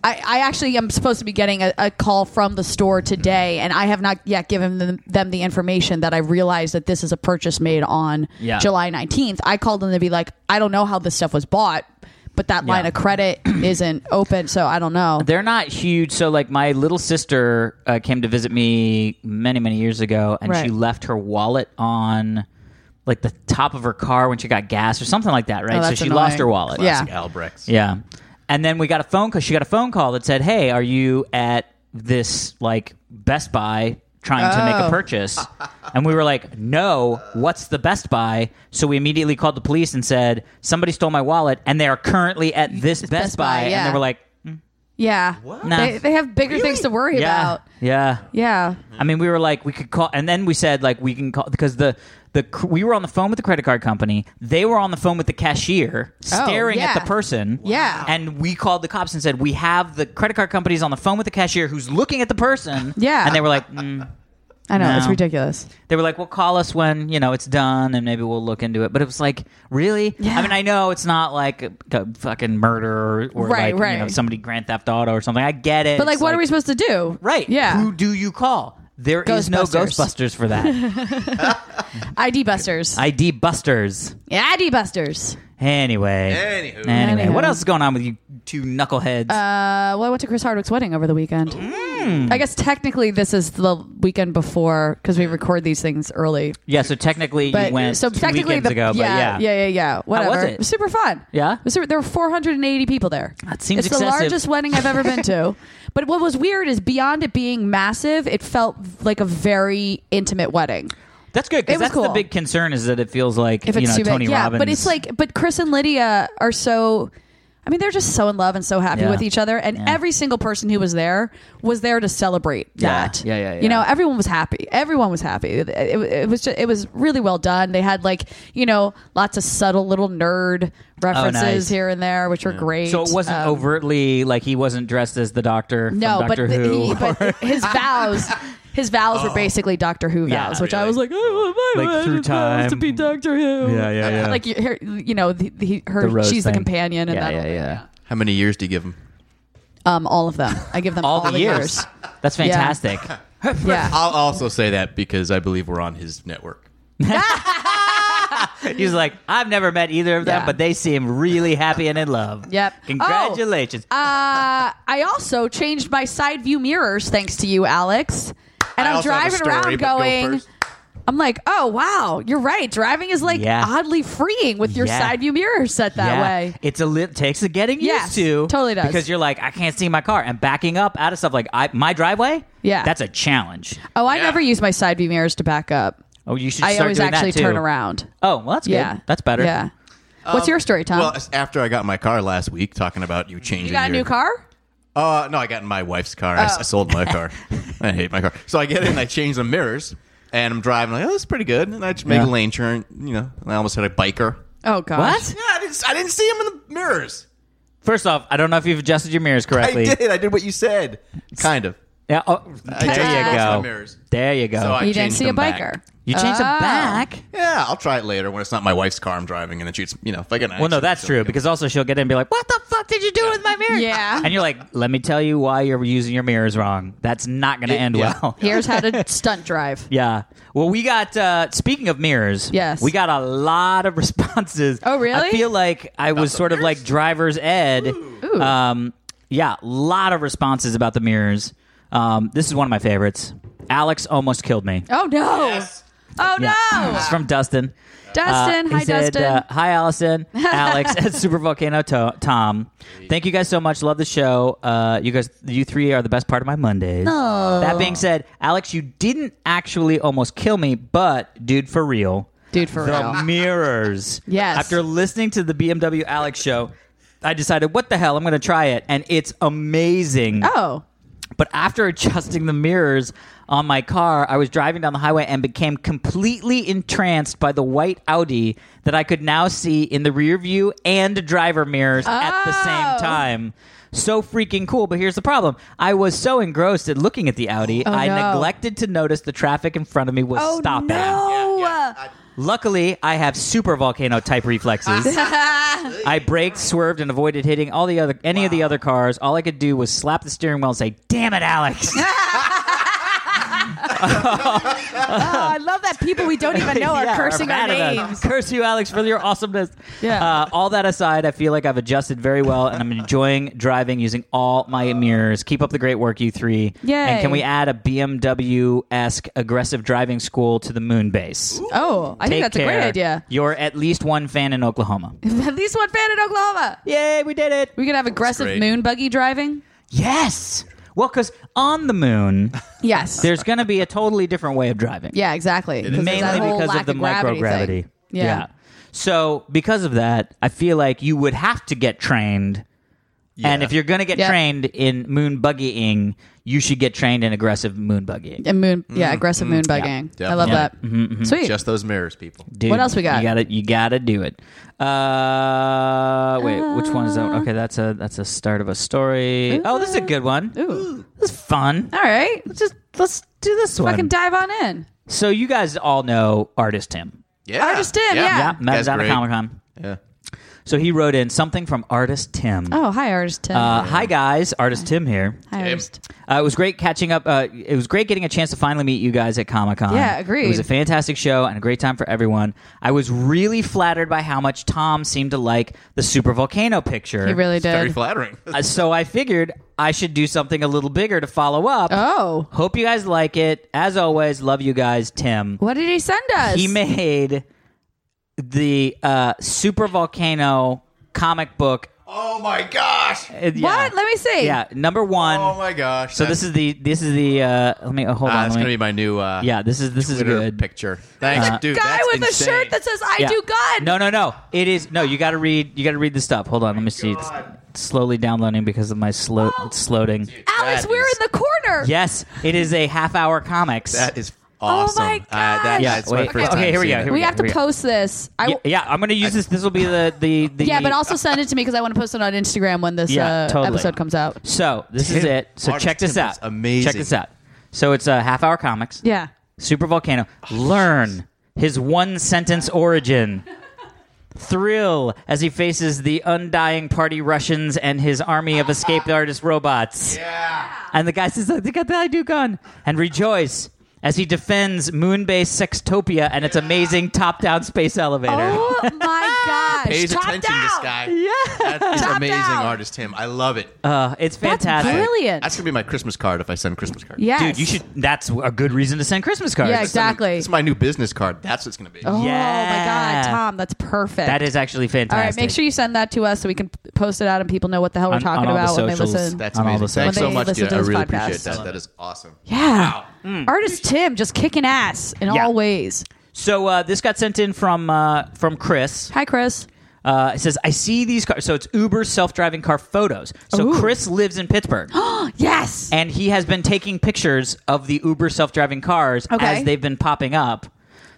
[SPEAKER 3] I, I actually am supposed to be getting a, a call from the store today, and I have not yet given them, them the information that I realized that this is a purchase made on
[SPEAKER 4] Yeah.
[SPEAKER 3] July 19th. I called them to be like, I don't know how this stuff was bought, but that line
[SPEAKER 4] Yeah.
[SPEAKER 3] of credit isn't open, so I don't know.
[SPEAKER 4] They're not huge. So, like, my little sister uh, came to visit me many, many years ago, and
[SPEAKER 3] Right.
[SPEAKER 4] she left her wallet on like the top of her car when she got gas or something like that, right?
[SPEAKER 3] Oh,
[SPEAKER 4] so
[SPEAKER 3] that's
[SPEAKER 4] she lost
[SPEAKER 3] annoying.
[SPEAKER 4] her wallet.
[SPEAKER 3] Yeah.
[SPEAKER 5] Albrechts.
[SPEAKER 4] Yeah. And then we got a phone call. She got a phone call that said, "Hey, are you at this like Best Buy trying to make a
[SPEAKER 6] Oh.
[SPEAKER 4] purchase. And we were like, no, what's the Best Buy? So we immediately called the police and said, somebody stole my wallet and they are currently at this Best,
[SPEAKER 6] Best
[SPEAKER 4] Buy.
[SPEAKER 6] Buy, yeah.
[SPEAKER 4] And they were like,
[SPEAKER 3] Yeah.
[SPEAKER 4] Nah.
[SPEAKER 3] They, they have bigger things to worry
[SPEAKER 4] yeah,
[SPEAKER 3] about.
[SPEAKER 4] yeah.
[SPEAKER 3] Yeah.
[SPEAKER 4] I mean, we were like, we could call, and then we said like we can call because the the cr- we were on the phone with the credit card company. They were on the phone with the cashier,
[SPEAKER 3] Oh,
[SPEAKER 4] staring
[SPEAKER 6] yeah.
[SPEAKER 4] at the person.
[SPEAKER 6] Yeah.
[SPEAKER 4] and we called the cops and said we have the credit card companies on the phone with the cashier who's looking at the person.
[SPEAKER 3] Yeah.
[SPEAKER 4] and they were like, mm.
[SPEAKER 3] I know. It's
[SPEAKER 4] No.
[SPEAKER 3] ridiculous.
[SPEAKER 4] they were like, well, call us when you know it's done, and maybe we'll look into it. But it was like, really? I mean, I know it's not like a, a fucking murder or, or
[SPEAKER 3] Right,
[SPEAKER 4] like
[SPEAKER 3] right.
[SPEAKER 4] you know somebody Grand Theft Auto or something. I get it.
[SPEAKER 3] But like,
[SPEAKER 4] It's
[SPEAKER 3] what are we supposed to do?
[SPEAKER 4] Right.
[SPEAKER 3] Yeah.
[SPEAKER 4] Who do you call? There is no Ghostbusters
[SPEAKER 3] Ghostbusters.
[SPEAKER 4] for that.
[SPEAKER 3] ID busters.
[SPEAKER 4] ID Busters.
[SPEAKER 3] ID busters.
[SPEAKER 4] Anyway.
[SPEAKER 5] Anywho.
[SPEAKER 4] Anyway,
[SPEAKER 3] Anyhow.
[SPEAKER 4] what else is going on with you two knuckleheads?
[SPEAKER 3] Uh, well, I went to Chris Hardwick's wedding over the weekend.
[SPEAKER 4] Mm.
[SPEAKER 3] I guess technically this is the weekend before because we record these things early.
[SPEAKER 4] yeah, so technically
[SPEAKER 3] But
[SPEAKER 4] you went
[SPEAKER 3] so
[SPEAKER 4] two
[SPEAKER 3] technically
[SPEAKER 4] weekends
[SPEAKER 3] the
[SPEAKER 4] ago,
[SPEAKER 3] yeah,
[SPEAKER 4] but yeah.
[SPEAKER 3] yeah, yeah, yeah. Whatever.
[SPEAKER 4] was it?
[SPEAKER 3] was super fun.
[SPEAKER 4] Yeah?
[SPEAKER 3] It was super- there were 480 people there.
[SPEAKER 4] That seems
[SPEAKER 3] it's the
[SPEAKER 4] excessive.
[SPEAKER 3] largest wedding I've ever been to. But what was weird is beyond it being massive, it felt like a very intimate wedding.
[SPEAKER 4] That's good
[SPEAKER 3] It was
[SPEAKER 4] because that's
[SPEAKER 3] cool.
[SPEAKER 4] the big concern is that it feels like you know
[SPEAKER 3] too big.
[SPEAKER 4] Tony
[SPEAKER 3] yeah,
[SPEAKER 4] Robbins.
[SPEAKER 3] but it's like, but Chris and Lydia are so. I mean, they're just so in love and so happy
[SPEAKER 4] Yeah.
[SPEAKER 3] with each other, and
[SPEAKER 4] Yeah.
[SPEAKER 3] every single person who was there was there to celebrate
[SPEAKER 4] Yeah.
[SPEAKER 3] that.
[SPEAKER 4] Yeah, yeah, yeah.
[SPEAKER 3] You know, everyone was happy. Everyone was happy. It, it- it was just, it was really well done. They had like you know lots of subtle little nerd references
[SPEAKER 4] Oh, nice.
[SPEAKER 3] here and there, which were great.
[SPEAKER 4] so it wasn't
[SPEAKER 3] Um,
[SPEAKER 4] overtly like he wasn't dressed as the doctor. From
[SPEAKER 3] No, but,
[SPEAKER 4] Doctor
[SPEAKER 3] the-
[SPEAKER 4] Who. Oh.
[SPEAKER 3] he- but his vows. His vows were basically Doctor Who
[SPEAKER 4] Yeah,
[SPEAKER 3] vows, which I
[SPEAKER 5] really.
[SPEAKER 3] was like, oh, my
[SPEAKER 4] Like,
[SPEAKER 3] like,
[SPEAKER 4] through
[SPEAKER 3] vows to
[SPEAKER 4] time.
[SPEAKER 3] be Doctor Who.
[SPEAKER 4] yeah, yeah, yeah.
[SPEAKER 3] Like you, her, you know, the, the, her
[SPEAKER 4] The rose
[SPEAKER 3] she's the
[SPEAKER 4] thing.
[SPEAKER 3] companion, and
[SPEAKER 4] yeah,
[SPEAKER 3] that,
[SPEAKER 4] yeah, yeah.
[SPEAKER 5] How many years do you give him?
[SPEAKER 3] um, all of them. I give them all,
[SPEAKER 4] the years. That's fantastic.
[SPEAKER 3] yeah,
[SPEAKER 5] I'll also say that because I believe we're on his network.
[SPEAKER 4] He's like, I've never met either of them,
[SPEAKER 3] Yeah.
[SPEAKER 4] but they seem really happy and in love.
[SPEAKER 3] yep. Oh,
[SPEAKER 4] Congratulations.
[SPEAKER 3] uh, I also changed my side view mirrors thanks to you, Alex. And
[SPEAKER 5] I
[SPEAKER 3] I'm
[SPEAKER 5] also have
[SPEAKER 3] driving
[SPEAKER 5] a story,
[SPEAKER 3] around
[SPEAKER 5] but go
[SPEAKER 3] going.
[SPEAKER 5] first.
[SPEAKER 3] I'm like, oh wow, you're right. Driving is like
[SPEAKER 4] Yeah.
[SPEAKER 3] oddly freeing with your
[SPEAKER 4] Yeah.
[SPEAKER 3] side view mirrors set that
[SPEAKER 4] Yeah.
[SPEAKER 3] way.
[SPEAKER 4] It's a li- takes a getting used
[SPEAKER 3] Yes,
[SPEAKER 4] to.
[SPEAKER 3] totally does.
[SPEAKER 4] Because you're like, I can't see my car, and backing up out of stuff like I, my driveway.
[SPEAKER 3] Yeah.
[SPEAKER 4] that's a challenge.
[SPEAKER 3] Oh, I
[SPEAKER 5] Yeah.
[SPEAKER 3] never use my side view mirrors to back up.
[SPEAKER 4] Oh, you should.
[SPEAKER 3] I
[SPEAKER 4] start
[SPEAKER 3] always
[SPEAKER 4] doing that,
[SPEAKER 3] actually
[SPEAKER 4] too.
[SPEAKER 3] turn around.
[SPEAKER 4] Oh, well, that's good.
[SPEAKER 3] Yeah,
[SPEAKER 4] That's better.
[SPEAKER 3] Yeah. What's your story, Tom?
[SPEAKER 5] Well, after I got my car last week, talking about you changing.
[SPEAKER 3] you got a
[SPEAKER 5] your-
[SPEAKER 3] new car?
[SPEAKER 5] Uh, no, I got in my wife's car. I, s- I sold my car. I hate my car. So I get in, I change the mirrors, and I'm driving. Like, oh, that's pretty good. And I just make
[SPEAKER 4] Yeah.
[SPEAKER 5] a lane turn. You know, and I almost hit a biker.
[SPEAKER 3] Oh gosh.
[SPEAKER 4] What?
[SPEAKER 5] Yeah, I didn't, I didn't see him in the mirrors.
[SPEAKER 4] First off, I don't know if you've adjusted your mirrors
[SPEAKER 5] I
[SPEAKER 4] correctly.
[SPEAKER 5] did. I did what you said. Kind of.
[SPEAKER 4] Yeah. Oh,
[SPEAKER 5] just
[SPEAKER 4] there you
[SPEAKER 5] adjusted my
[SPEAKER 4] go.
[SPEAKER 5] mirrors.
[SPEAKER 4] There you go.
[SPEAKER 5] So I
[SPEAKER 3] You didn't
[SPEAKER 5] changed
[SPEAKER 3] see a
[SPEAKER 5] them back.
[SPEAKER 3] biker.
[SPEAKER 4] you changed them
[SPEAKER 3] Oh.
[SPEAKER 4] back.
[SPEAKER 5] Yeah, I'll try it later when it's not my wife's car I'm driving, and then shoots. You know, if I get an
[SPEAKER 4] Well, no,
[SPEAKER 5] accident,
[SPEAKER 4] that's
[SPEAKER 5] so-
[SPEAKER 4] true because also she'll get in and be like, "What the fuck did you do with my mirror?"
[SPEAKER 3] Yeah.
[SPEAKER 4] and you're like, "Let me tell you why you're using your mirrors wrong. That's not going to
[SPEAKER 5] It-
[SPEAKER 4] end
[SPEAKER 5] yeah.
[SPEAKER 4] well."
[SPEAKER 3] Here's how to stunt drive.
[SPEAKER 4] Yeah. Well, we got uh speaking of mirrors.
[SPEAKER 3] Yes.
[SPEAKER 4] We got a lot of responses.
[SPEAKER 3] Oh, really?
[SPEAKER 4] I feel like I was sort of like driver's ed. Um yeah, a lot of responses about the mirrors. Um this is one of my favorites. Alex almost killed me.
[SPEAKER 3] Oh no. Oh
[SPEAKER 4] Yeah.
[SPEAKER 3] no.
[SPEAKER 4] It's from Dustin.
[SPEAKER 3] Dustin,
[SPEAKER 4] he
[SPEAKER 3] hi,
[SPEAKER 4] said,
[SPEAKER 3] Dustin.
[SPEAKER 4] uh, hi, Allison, Alex, and Super Volcano to- Tom. Thank you guys so much. Love the show. Uh, you guys, you three are the best part of my Mondays. That being said, Alex, you didn't actually almost kill me, but dude, for real,
[SPEAKER 3] Dude, for
[SPEAKER 4] the
[SPEAKER 3] real.
[SPEAKER 4] mirrors.
[SPEAKER 3] Yes.
[SPEAKER 4] After listening to the BMW Alex show, I decided, what the hell, I'm going to try it, and it's amazing.
[SPEAKER 3] Oh.
[SPEAKER 4] But after adjusting the mirrors on my car, I was driving down the highway and became completely entranced by the white Audi that I could now see in the rear view and driver mirrors at the
[SPEAKER 3] Oh.
[SPEAKER 4] same time. So freaking cool, but here's the problem. I was so engrossed at looking at the Audi, I
[SPEAKER 3] Oh, no.
[SPEAKER 4] neglected to notice the traffic in front of me was
[SPEAKER 3] Oh
[SPEAKER 4] stopping.
[SPEAKER 3] no.
[SPEAKER 4] Luckily, I have super volcano type reflexes. I braked, swerved, and avoided hitting all the other any of the other cars. All I could do was slap the steering wheel and say, "Damn it, Alex!"
[SPEAKER 3] Oh, I love that people we don't even know are
[SPEAKER 4] Yeah,
[SPEAKER 3] cursing our
[SPEAKER 4] mad at us.
[SPEAKER 3] names.
[SPEAKER 4] Curse you, Alex, for your awesomeness.
[SPEAKER 3] Yeah.
[SPEAKER 4] Uh, all that aside, I feel like I've adjusted very well, and I'm enjoying driving using all my mirrors. Keep up the great work, you three.
[SPEAKER 3] Yay.
[SPEAKER 4] And can we add a BMW esque aggressive driving school to the moon base?
[SPEAKER 3] Oh, I think
[SPEAKER 4] Take
[SPEAKER 3] that's a
[SPEAKER 4] care.
[SPEAKER 3] great idea.
[SPEAKER 4] You're at least one fan in Oklahoma.
[SPEAKER 3] At least one fan in Oklahoma.
[SPEAKER 4] Yay, we did it.
[SPEAKER 3] We could have aggressive
[SPEAKER 5] great.
[SPEAKER 3] moon buggy driving.
[SPEAKER 4] Yes. Well, because on the moon,
[SPEAKER 3] Yes.
[SPEAKER 4] there's going to be a totally different way of driving.
[SPEAKER 3] yeah, exactly. Because there's
[SPEAKER 4] mainly
[SPEAKER 3] that whole
[SPEAKER 4] because
[SPEAKER 3] lack
[SPEAKER 4] of the
[SPEAKER 3] gravity thing.
[SPEAKER 4] microgravity.
[SPEAKER 3] Yeah.
[SPEAKER 4] So because of that, I feel like you would have to get trained. And if you're going to get
[SPEAKER 3] Yeah.
[SPEAKER 4] trained in moon buggying, you should get trained in aggressive moon buggying.
[SPEAKER 3] And moon,
[SPEAKER 4] Mm-hmm.
[SPEAKER 3] yeah, aggressive moon bugging. I love
[SPEAKER 5] Yeah.
[SPEAKER 3] that. Sweet.
[SPEAKER 5] Just those mirrors, people.
[SPEAKER 4] Dude,
[SPEAKER 3] What else we got?
[SPEAKER 4] You got to you got to do it. Uh, wait, which one is that? one? Okay, that's a that's a start of a story. oh, this is a good one.
[SPEAKER 3] Ooh.
[SPEAKER 4] This is fun.
[SPEAKER 3] All right.
[SPEAKER 4] Let's just let's do this one.
[SPEAKER 3] Fucking dive on in.
[SPEAKER 4] so you guys all know artist Tim.
[SPEAKER 5] Yeah.
[SPEAKER 3] I just did, yeah.
[SPEAKER 4] Yeah, met
[SPEAKER 5] That's
[SPEAKER 4] us out at
[SPEAKER 5] great.
[SPEAKER 4] Comic Con.
[SPEAKER 5] Yeah.
[SPEAKER 4] So he wrote in something from artist Tim.
[SPEAKER 3] Oh, hi, artist Tim.
[SPEAKER 4] Uh, hi guys, artist Tim here.
[SPEAKER 3] hi, artist.
[SPEAKER 4] Uh, it was great catching up. Uh, it was great getting a chance to finally meet you guys at Comic Con.
[SPEAKER 3] Yeah, agreed.
[SPEAKER 4] It was a fantastic show and a great time for everyone. I was really flattered by how much Tom seemed to like the super volcano picture.
[SPEAKER 3] He really
[SPEAKER 5] Very
[SPEAKER 3] did.
[SPEAKER 5] flattering.
[SPEAKER 4] Uh, so I figured I should do something a little bigger to follow up.
[SPEAKER 3] Oh,
[SPEAKER 4] Hope you guys like it. As always, love you guys, Tim.
[SPEAKER 3] what did he send us?
[SPEAKER 4] He made the uh, super volcano comic book.
[SPEAKER 5] oh my gosh.
[SPEAKER 4] Uh, yeah.
[SPEAKER 3] What? Let me see.
[SPEAKER 4] Yeah, number one.
[SPEAKER 5] Oh my gosh.
[SPEAKER 4] So this is the this is the uh let me oh, hold
[SPEAKER 5] Ah,
[SPEAKER 4] on.
[SPEAKER 5] that's
[SPEAKER 4] let me-
[SPEAKER 5] gonna be my new uh,
[SPEAKER 4] yeah, this is this is
[SPEAKER 5] Twitter
[SPEAKER 4] good. Uh,
[SPEAKER 5] picture. Thanks, dude.
[SPEAKER 3] Guy
[SPEAKER 5] that's
[SPEAKER 3] with
[SPEAKER 5] insane.
[SPEAKER 3] a shirt that says "I
[SPEAKER 4] Yeah.
[SPEAKER 3] do God."
[SPEAKER 4] No, no, no. It is no. You got to read. You got to read the stuff. Hold on. Let me see. It's slowly downloading because of my slow.
[SPEAKER 5] Oh,
[SPEAKER 4] It's sloading.
[SPEAKER 3] Alex,
[SPEAKER 5] That
[SPEAKER 3] we're
[SPEAKER 5] is-
[SPEAKER 3] in the corner.
[SPEAKER 4] Yes, it is a half-hour comics.
[SPEAKER 5] That is
[SPEAKER 3] Oh my
[SPEAKER 5] awesome. Uh,
[SPEAKER 3] gosh.
[SPEAKER 5] that,
[SPEAKER 4] Yeah,
[SPEAKER 5] that's my
[SPEAKER 4] wait.
[SPEAKER 5] first
[SPEAKER 4] Okay,
[SPEAKER 5] time
[SPEAKER 4] here we
[SPEAKER 5] seeing
[SPEAKER 4] go,
[SPEAKER 5] it.
[SPEAKER 4] here
[SPEAKER 3] we
[SPEAKER 4] go,
[SPEAKER 3] have to
[SPEAKER 4] we go.
[SPEAKER 3] post this. I,
[SPEAKER 4] yeah,
[SPEAKER 3] yeah,
[SPEAKER 4] yeah, I'm gonna use this. This will be the the, the
[SPEAKER 3] but also send it to me because I want to post it on Instagram when this
[SPEAKER 4] Yeah,
[SPEAKER 3] uh,
[SPEAKER 4] totally.
[SPEAKER 3] episode comes out.
[SPEAKER 4] So this is
[SPEAKER 5] Tim,
[SPEAKER 4] it. So
[SPEAKER 5] Artist
[SPEAKER 4] check this
[SPEAKER 5] Tim
[SPEAKER 4] out.
[SPEAKER 5] is amazing.
[SPEAKER 4] Check this out. So it's a half-hour comics.
[SPEAKER 3] Yeah.
[SPEAKER 4] Super Volcano.
[SPEAKER 5] Oh,
[SPEAKER 4] Learn his one sentence origin. Thrill as he faces the undying party Russians and his army of escaped artist robots. Yeah. And the guy says, I got the I do gun. And rejoice as he defends Moonbase Sextopia and its amazing top down space elevator.
[SPEAKER 3] Oh my gosh!
[SPEAKER 5] Pays
[SPEAKER 3] Top
[SPEAKER 5] attention,
[SPEAKER 3] down.
[SPEAKER 5] this guy. Yeah, that is
[SPEAKER 3] Top
[SPEAKER 5] amazing,
[SPEAKER 3] down.
[SPEAKER 5] artist Tim. I love it.
[SPEAKER 4] Uh, it's
[SPEAKER 3] That's
[SPEAKER 4] fantastic.
[SPEAKER 3] brilliant.
[SPEAKER 5] That's gonna be my Christmas card if I send Christmas card.
[SPEAKER 3] yes.
[SPEAKER 4] Dude, you should. That's a good reason to send Christmas cards.
[SPEAKER 3] Yeah, exactly.
[SPEAKER 5] It's my new business card. That's what's gonna be.
[SPEAKER 3] Oh
[SPEAKER 4] Yeah.
[SPEAKER 3] my god, Tom, that's perfect.
[SPEAKER 4] That is actually
[SPEAKER 3] All
[SPEAKER 4] fantastic.
[SPEAKER 3] right, make sure you send that to us so we can p- post it out and people know what the hell we're
[SPEAKER 4] On-
[SPEAKER 3] talking
[SPEAKER 4] on all the
[SPEAKER 3] about when they
[SPEAKER 4] socials.
[SPEAKER 3] listen.
[SPEAKER 5] That's
[SPEAKER 4] On all
[SPEAKER 5] amazing.
[SPEAKER 4] the
[SPEAKER 5] Thanks
[SPEAKER 3] When
[SPEAKER 5] so
[SPEAKER 3] they
[SPEAKER 5] much,
[SPEAKER 3] listen
[SPEAKER 5] dude.
[SPEAKER 3] to
[SPEAKER 5] I
[SPEAKER 3] this
[SPEAKER 5] really
[SPEAKER 3] podcast.
[SPEAKER 5] appreciate that. That is awesome.
[SPEAKER 3] yeah.
[SPEAKER 4] Hmm.
[SPEAKER 3] Artist Tim just kicking ass in
[SPEAKER 4] Yeah.
[SPEAKER 3] all ways.
[SPEAKER 4] So uh, this got sent in from uh, from Chris.
[SPEAKER 3] Hi, Chris.
[SPEAKER 4] Uh, it says, I see these cars. So it's Uber's self driving car photos. So
[SPEAKER 3] Ooh.
[SPEAKER 4] Chris lives in Pittsburgh
[SPEAKER 3] Yes.
[SPEAKER 4] and he has been taking pictures of the Uber self driving cars
[SPEAKER 3] Okay.
[SPEAKER 4] as they've been popping up.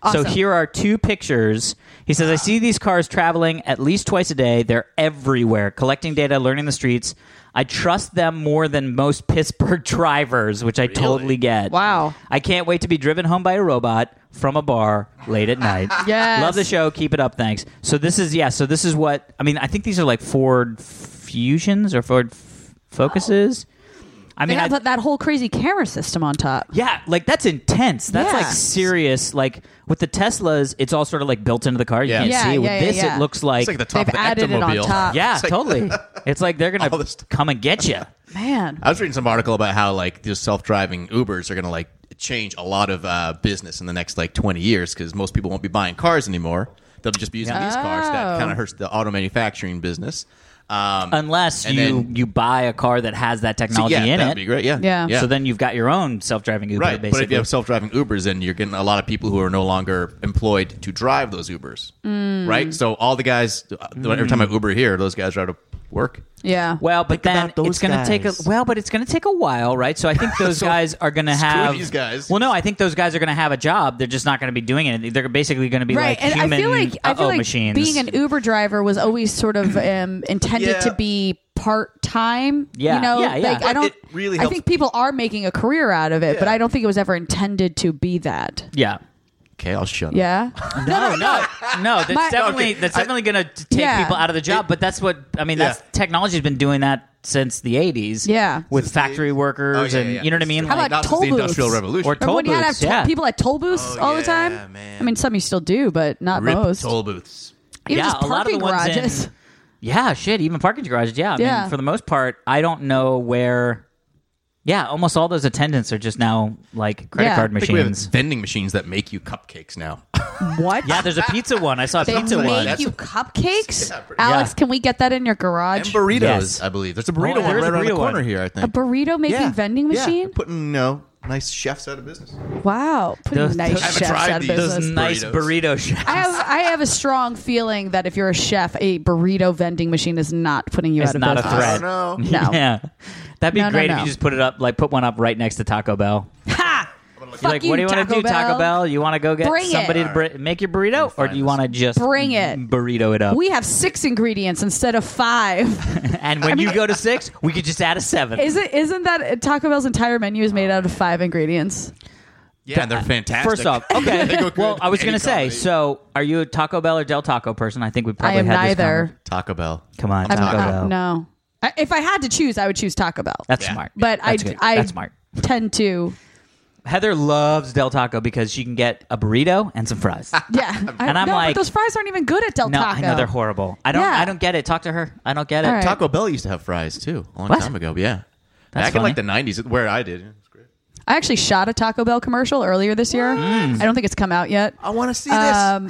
[SPEAKER 3] Awesome.
[SPEAKER 4] So here are two pictures. He says, I see these cars traveling at least twice a day. They're everywhere, collecting data, learning the streets. I trust them more than most Pittsburgh drivers, which I totally get.
[SPEAKER 3] Wow.
[SPEAKER 4] I can't wait to be driven home by a robot from a bar late at night.
[SPEAKER 3] Yes.
[SPEAKER 4] Love the show. Keep it up. Thanks. So this is yeah. So this is what I mean. I think these are like Ford Fusions or Ford F- Focuses.
[SPEAKER 3] Oh.
[SPEAKER 4] I
[SPEAKER 3] They
[SPEAKER 4] mean,
[SPEAKER 3] have
[SPEAKER 4] I-
[SPEAKER 3] that- that whole crazy camera system on top.
[SPEAKER 4] yeah, like that's intense. That's
[SPEAKER 3] Yeah.
[SPEAKER 4] like serious. Like with the Teslas, it's all sort of like built into the car. You
[SPEAKER 5] Yeah.
[SPEAKER 4] can't
[SPEAKER 3] Yeah,
[SPEAKER 4] see. it. With
[SPEAKER 3] yeah, yeah,
[SPEAKER 4] this,
[SPEAKER 3] yeah.
[SPEAKER 4] it looks like,
[SPEAKER 5] It's like the top
[SPEAKER 3] They've
[SPEAKER 5] of the
[SPEAKER 3] added it on
[SPEAKER 5] Ectomobile.
[SPEAKER 3] top.
[SPEAKER 4] yeah,
[SPEAKER 5] it's like-
[SPEAKER 4] totally. it's like they're
[SPEAKER 5] All
[SPEAKER 4] gonna
[SPEAKER 5] this-
[SPEAKER 4] come and get you.
[SPEAKER 3] Man.
[SPEAKER 4] Uh,
[SPEAKER 5] I was reading some article about how like these self-driving Ubers are going to like change a lot of uh, business in the next like 20 years because most people won't be buying cars anymore. They'll just be using these cars.
[SPEAKER 3] Oh.
[SPEAKER 5] That kind of hurts the auto manufacturing business. Um,
[SPEAKER 4] Unless
[SPEAKER 5] And
[SPEAKER 4] you
[SPEAKER 5] then-
[SPEAKER 4] you buy a car that has that
[SPEAKER 5] so,
[SPEAKER 4] technology
[SPEAKER 5] yeah,
[SPEAKER 4] in
[SPEAKER 5] that'd
[SPEAKER 4] it.
[SPEAKER 5] be great. Yeah,
[SPEAKER 3] Yeah.
[SPEAKER 4] So then you've got your own self-driving Uber.
[SPEAKER 5] right.
[SPEAKER 4] Basically.
[SPEAKER 5] But if you have self-driving Ubers, then you're getting a lot of people who are no longer employed to drive those Ubers.
[SPEAKER 3] Mm.
[SPEAKER 5] Right. So all the guys, uh, every time I Uber here, those guys are out of work.
[SPEAKER 3] Yeah.
[SPEAKER 4] Well, but then
[SPEAKER 5] about those
[SPEAKER 4] it's going to take a
[SPEAKER 5] guys.
[SPEAKER 4] well, but it's going to take a while, right? So I think those
[SPEAKER 5] So,
[SPEAKER 4] guys are going to
[SPEAKER 5] screw
[SPEAKER 4] have
[SPEAKER 5] these guys.
[SPEAKER 4] Well, no, I think those guys are going to have a job. They're just not going to be doing it. They're basically going to be
[SPEAKER 3] right.
[SPEAKER 4] like
[SPEAKER 3] and
[SPEAKER 4] human
[SPEAKER 3] I feel like I feel
[SPEAKER 4] uh-oh
[SPEAKER 3] like
[SPEAKER 4] machines.
[SPEAKER 3] being an Uber driver was always sort of um, intended
[SPEAKER 5] Yeah.
[SPEAKER 3] to be part time.
[SPEAKER 4] Yeah.
[SPEAKER 3] You know,
[SPEAKER 4] Yeah, yeah.
[SPEAKER 3] like I don't
[SPEAKER 5] It really
[SPEAKER 3] I
[SPEAKER 5] helps-
[SPEAKER 3] think people are making a career out of it, but I don't think it was ever intended to be that.
[SPEAKER 4] yeah.
[SPEAKER 5] Okay, I'll shut up.
[SPEAKER 3] Yeah.
[SPEAKER 4] No, no, no. That's
[SPEAKER 3] My-
[SPEAKER 4] definitely
[SPEAKER 5] Okay,
[SPEAKER 4] that's
[SPEAKER 5] I-
[SPEAKER 4] definitely going to take
[SPEAKER 3] Yeah.
[SPEAKER 4] people out of the job. but that's what I mean. That's
[SPEAKER 5] Yeah.
[SPEAKER 4] technology's been doing that since the '80s.
[SPEAKER 3] Yeah.
[SPEAKER 4] with factory workers
[SPEAKER 5] Oh, yeah,
[SPEAKER 4] and
[SPEAKER 5] yeah.
[SPEAKER 4] you know what I mean.
[SPEAKER 3] How
[SPEAKER 4] Like,
[SPEAKER 3] about
[SPEAKER 5] Not since
[SPEAKER 3] toll
[SPEAKER 5] the
[SPEAKER 3] booths?
[SPEAKER 5] Industrial Revolution.
[SPEAKER 4] or toll
[SPEAKER 3] Remember when you had to have
[SPEAKER 4] booths.
[SPEAKER 3] toll-
[SPEAKER 4] yeah.
[SPEAKER 3] people at toll booths
[SPEAKER 5] Oh,
[SPEAKER 3] all the
[SPEAKER 5] yeah,
[SPEAKER 3] time?
[SPEAKER 5] man.
[SPEAKER 3] I mean, some you still do, but not
[SPEAKER 5] Rip
[SPEAKER 3] most.
[SPEAKER 5] toll booths.
[SPEAKER 3] Even
[SPEAKER 4] Yeah,
[SPEAKER 3] just
[SPEAKER 4] a lot of the
[SPEAKER 3] parking
[SPEAKER 4] ones in-
[SPEAKER 3] garages.
[SPEAKER 4] Yeah, shit. Even parking garages. Yeah, I
[SPEAKER 3] Yeah.
[SPEAKER 4] mean, for the most part, I don't know where Yeah, almost all those attendants are just now like credit
[SPEAKER 3] Yeah.
[SPEAKER 4] card
[SPEAKER 5] I think we have
[SPEAKER 4] machines.
[SPEAKER 5] vending machines that make you cupcakes now.
[SPEAKER 3] What?
[SPEAKER 4] Yeah, there's a pizza one. I saw a
[SPEAKER 3] they
[SPEAKER 4] pizza
[SPEAKER 3] make
[SPEAKER 4] one.
[SPEAKER 5] That's
[SPEAKER 3] you
[SPEAKER 5] a-
[SPEAKER 3] cupcakes.
[SPEAKER 5] Yeah, pretty-
[SPEAKER 3] Alex,
[SPEAKER 4] Yeah.
[SPEAKER 3] can we get that in your
[SPEAKER 5] and
[SPEAKER 3] garage?
[SPEAKER 5] burritos,
[SPEAKER 4] Yes.
[SPEAKER 5] I believe. There's a
[SPEAKER 4] Oh,
[SPEAKER 5] burrito one
[SPEAKER 4] there is
[SPEAKER 5] right
[SPEAKER 4] a
[SPEAKER 5] around the
[SPEAKER 4] burrito
[SPEAKER 5] corner
[SPEAKER 4] one.
[SPEAKER 5] here, I think.
[SPEAKER 3] a burrito making vending
[SPEAKER 5] Yeah.
[SPEAKER 3] machine?
[SPEAKER 5] Putting, no, nice chefs out of business.
[SPEAKER 3] Wow, putting
[SPEAKER 4] Those-
[SPEAKER 3] nice
[SPEAKER 4] I haven't
[SPEAKER 3] chefs
[SPEAKER 5] tried
[SPEAKER 3] out of
[SPEAKER 5] these.
[SPEAKER 4] Those
[SPEAKER 5] Those
[SPEAKER 3] business.
[SPEAKER 4] nice burrito chefs.
[SPEAKER 3] I have I have a strong feeling that if you're a chef, a burrito vending machine is not putting you
[SPEAKER 4] It's
[SPEAKER 3] out of
[SPEAKER 4] not a
[SPEAKER 3] business.
[SPEAKER 5] I
[SPEAKER 4] threat.
[SPEAKER 5] don't know.
[SPEAKER 3] No.
[SPEAKER 4] Yeah, that'd be
[SPEAKER 3] No, no,
[SPEAKER 4] great
[SPEAKER 3] no.
[SPEAKER 4] if you just put it up, like put one up right next to Taco Bell.
[SPEAKER 3] Ha!
[SPEAKER 4] You're
[SPEAKER 3] Fuck
[SPEAKER 4] like,
[SPEAKER 3] you,
[SPEAKER 4] what do you want to
[SPEAKER 3] Taco
[SPEAKER 4] do, Taco
[SPEAKER 3] Bell.
[SPEAKER 4] Bell? You want to go get
[SPEAKER 3] Bring it.
[SPEAKER 4] somebody to br- make your burrito, or do you want to just
[SPEAKER 3] Bring it.
[SPEAKER 4] burrito it up?
[SPEAKER 3] We have six ingredients instead of five.
[SPEAKER 4] and when you go to six, we could just add a seven.
[SPEAKER 3] Isn't isn't that Taco Bell's entire menu is made
[SPEAKER 4] Oh.
[SPEAKER 3] out of five ingredients?
[SPEAKER 5] Yeah, and they're fantastic.
[SPEAKER 4] Uh, First off, okay.
[SPEAKER 5] good
[SPEAKER 4] well, I was
[SPEAKER 5] any
[SPEAKER 4] gonna say,
[SPEAKER 5] comedy.
[SPEAKER 4] so are you a Taco Bell or Del Taco person? I think we probably
[SPEAKER 3] I am
[SPEAKER 4] had this
[SPEAKER 3] neither.
[SPEAKER 4] comment.
[SPEAKER 5] Taco Bell.
[SPEAKER 4] Come on,
[SPEAKER 3] I'm
[SPEAKER 4] Taco
[SPEAKER 3] not-
[SPEAKER 4] Bell.
[SPEAKER 3] No, I, if I had to choose, I would choose Taco Bell.
[SPEAKER 4] That's
[SPEAKER 5] Yeah.
[SPEAKER 4] smart.
[SPEAKER 3] but I
[SPEAKER 4] That's good.
[SPEAKER 3] I
[SPEAKER 4] That's smart.
[SPEAKER 3] tend to
[SPEAKER 4] Heather loves Del Taco because she can get a burrito and some fries.
[SPEAKER 3] yeah. I,
[SPEAKER 4] And I'm
[SPEAKER 3] no,
[SPEAKER 4] like-
[SPEAKER 3] but those fries aren't even good at Del
[SPEAKER 4] no,
[SPEAKER 3] Taco.
[SPEAKER 4] I know they're horrible. I don't.
[SPEAKER 3] Yeah.
[SPEAKER 4] I don't get it. Talk to her. I don't get it.
[SPEAKER 3] All right.
[SPEAKER 5] Taco Bell used to have fries too, a long
[SPEAKER 4] What?
[SPEAKER 5] time ago. Yeah,
[SPEAKER 4] That's
[SPEAKER 5] back in like the '90s, where I did. It was great.
[SPEAKER 3] I actually shot a Taco Bell commercial earlier this year. I don't think it's come out yet.
[SPEAKER 5] I want to see
[SPEAKER 3] Um,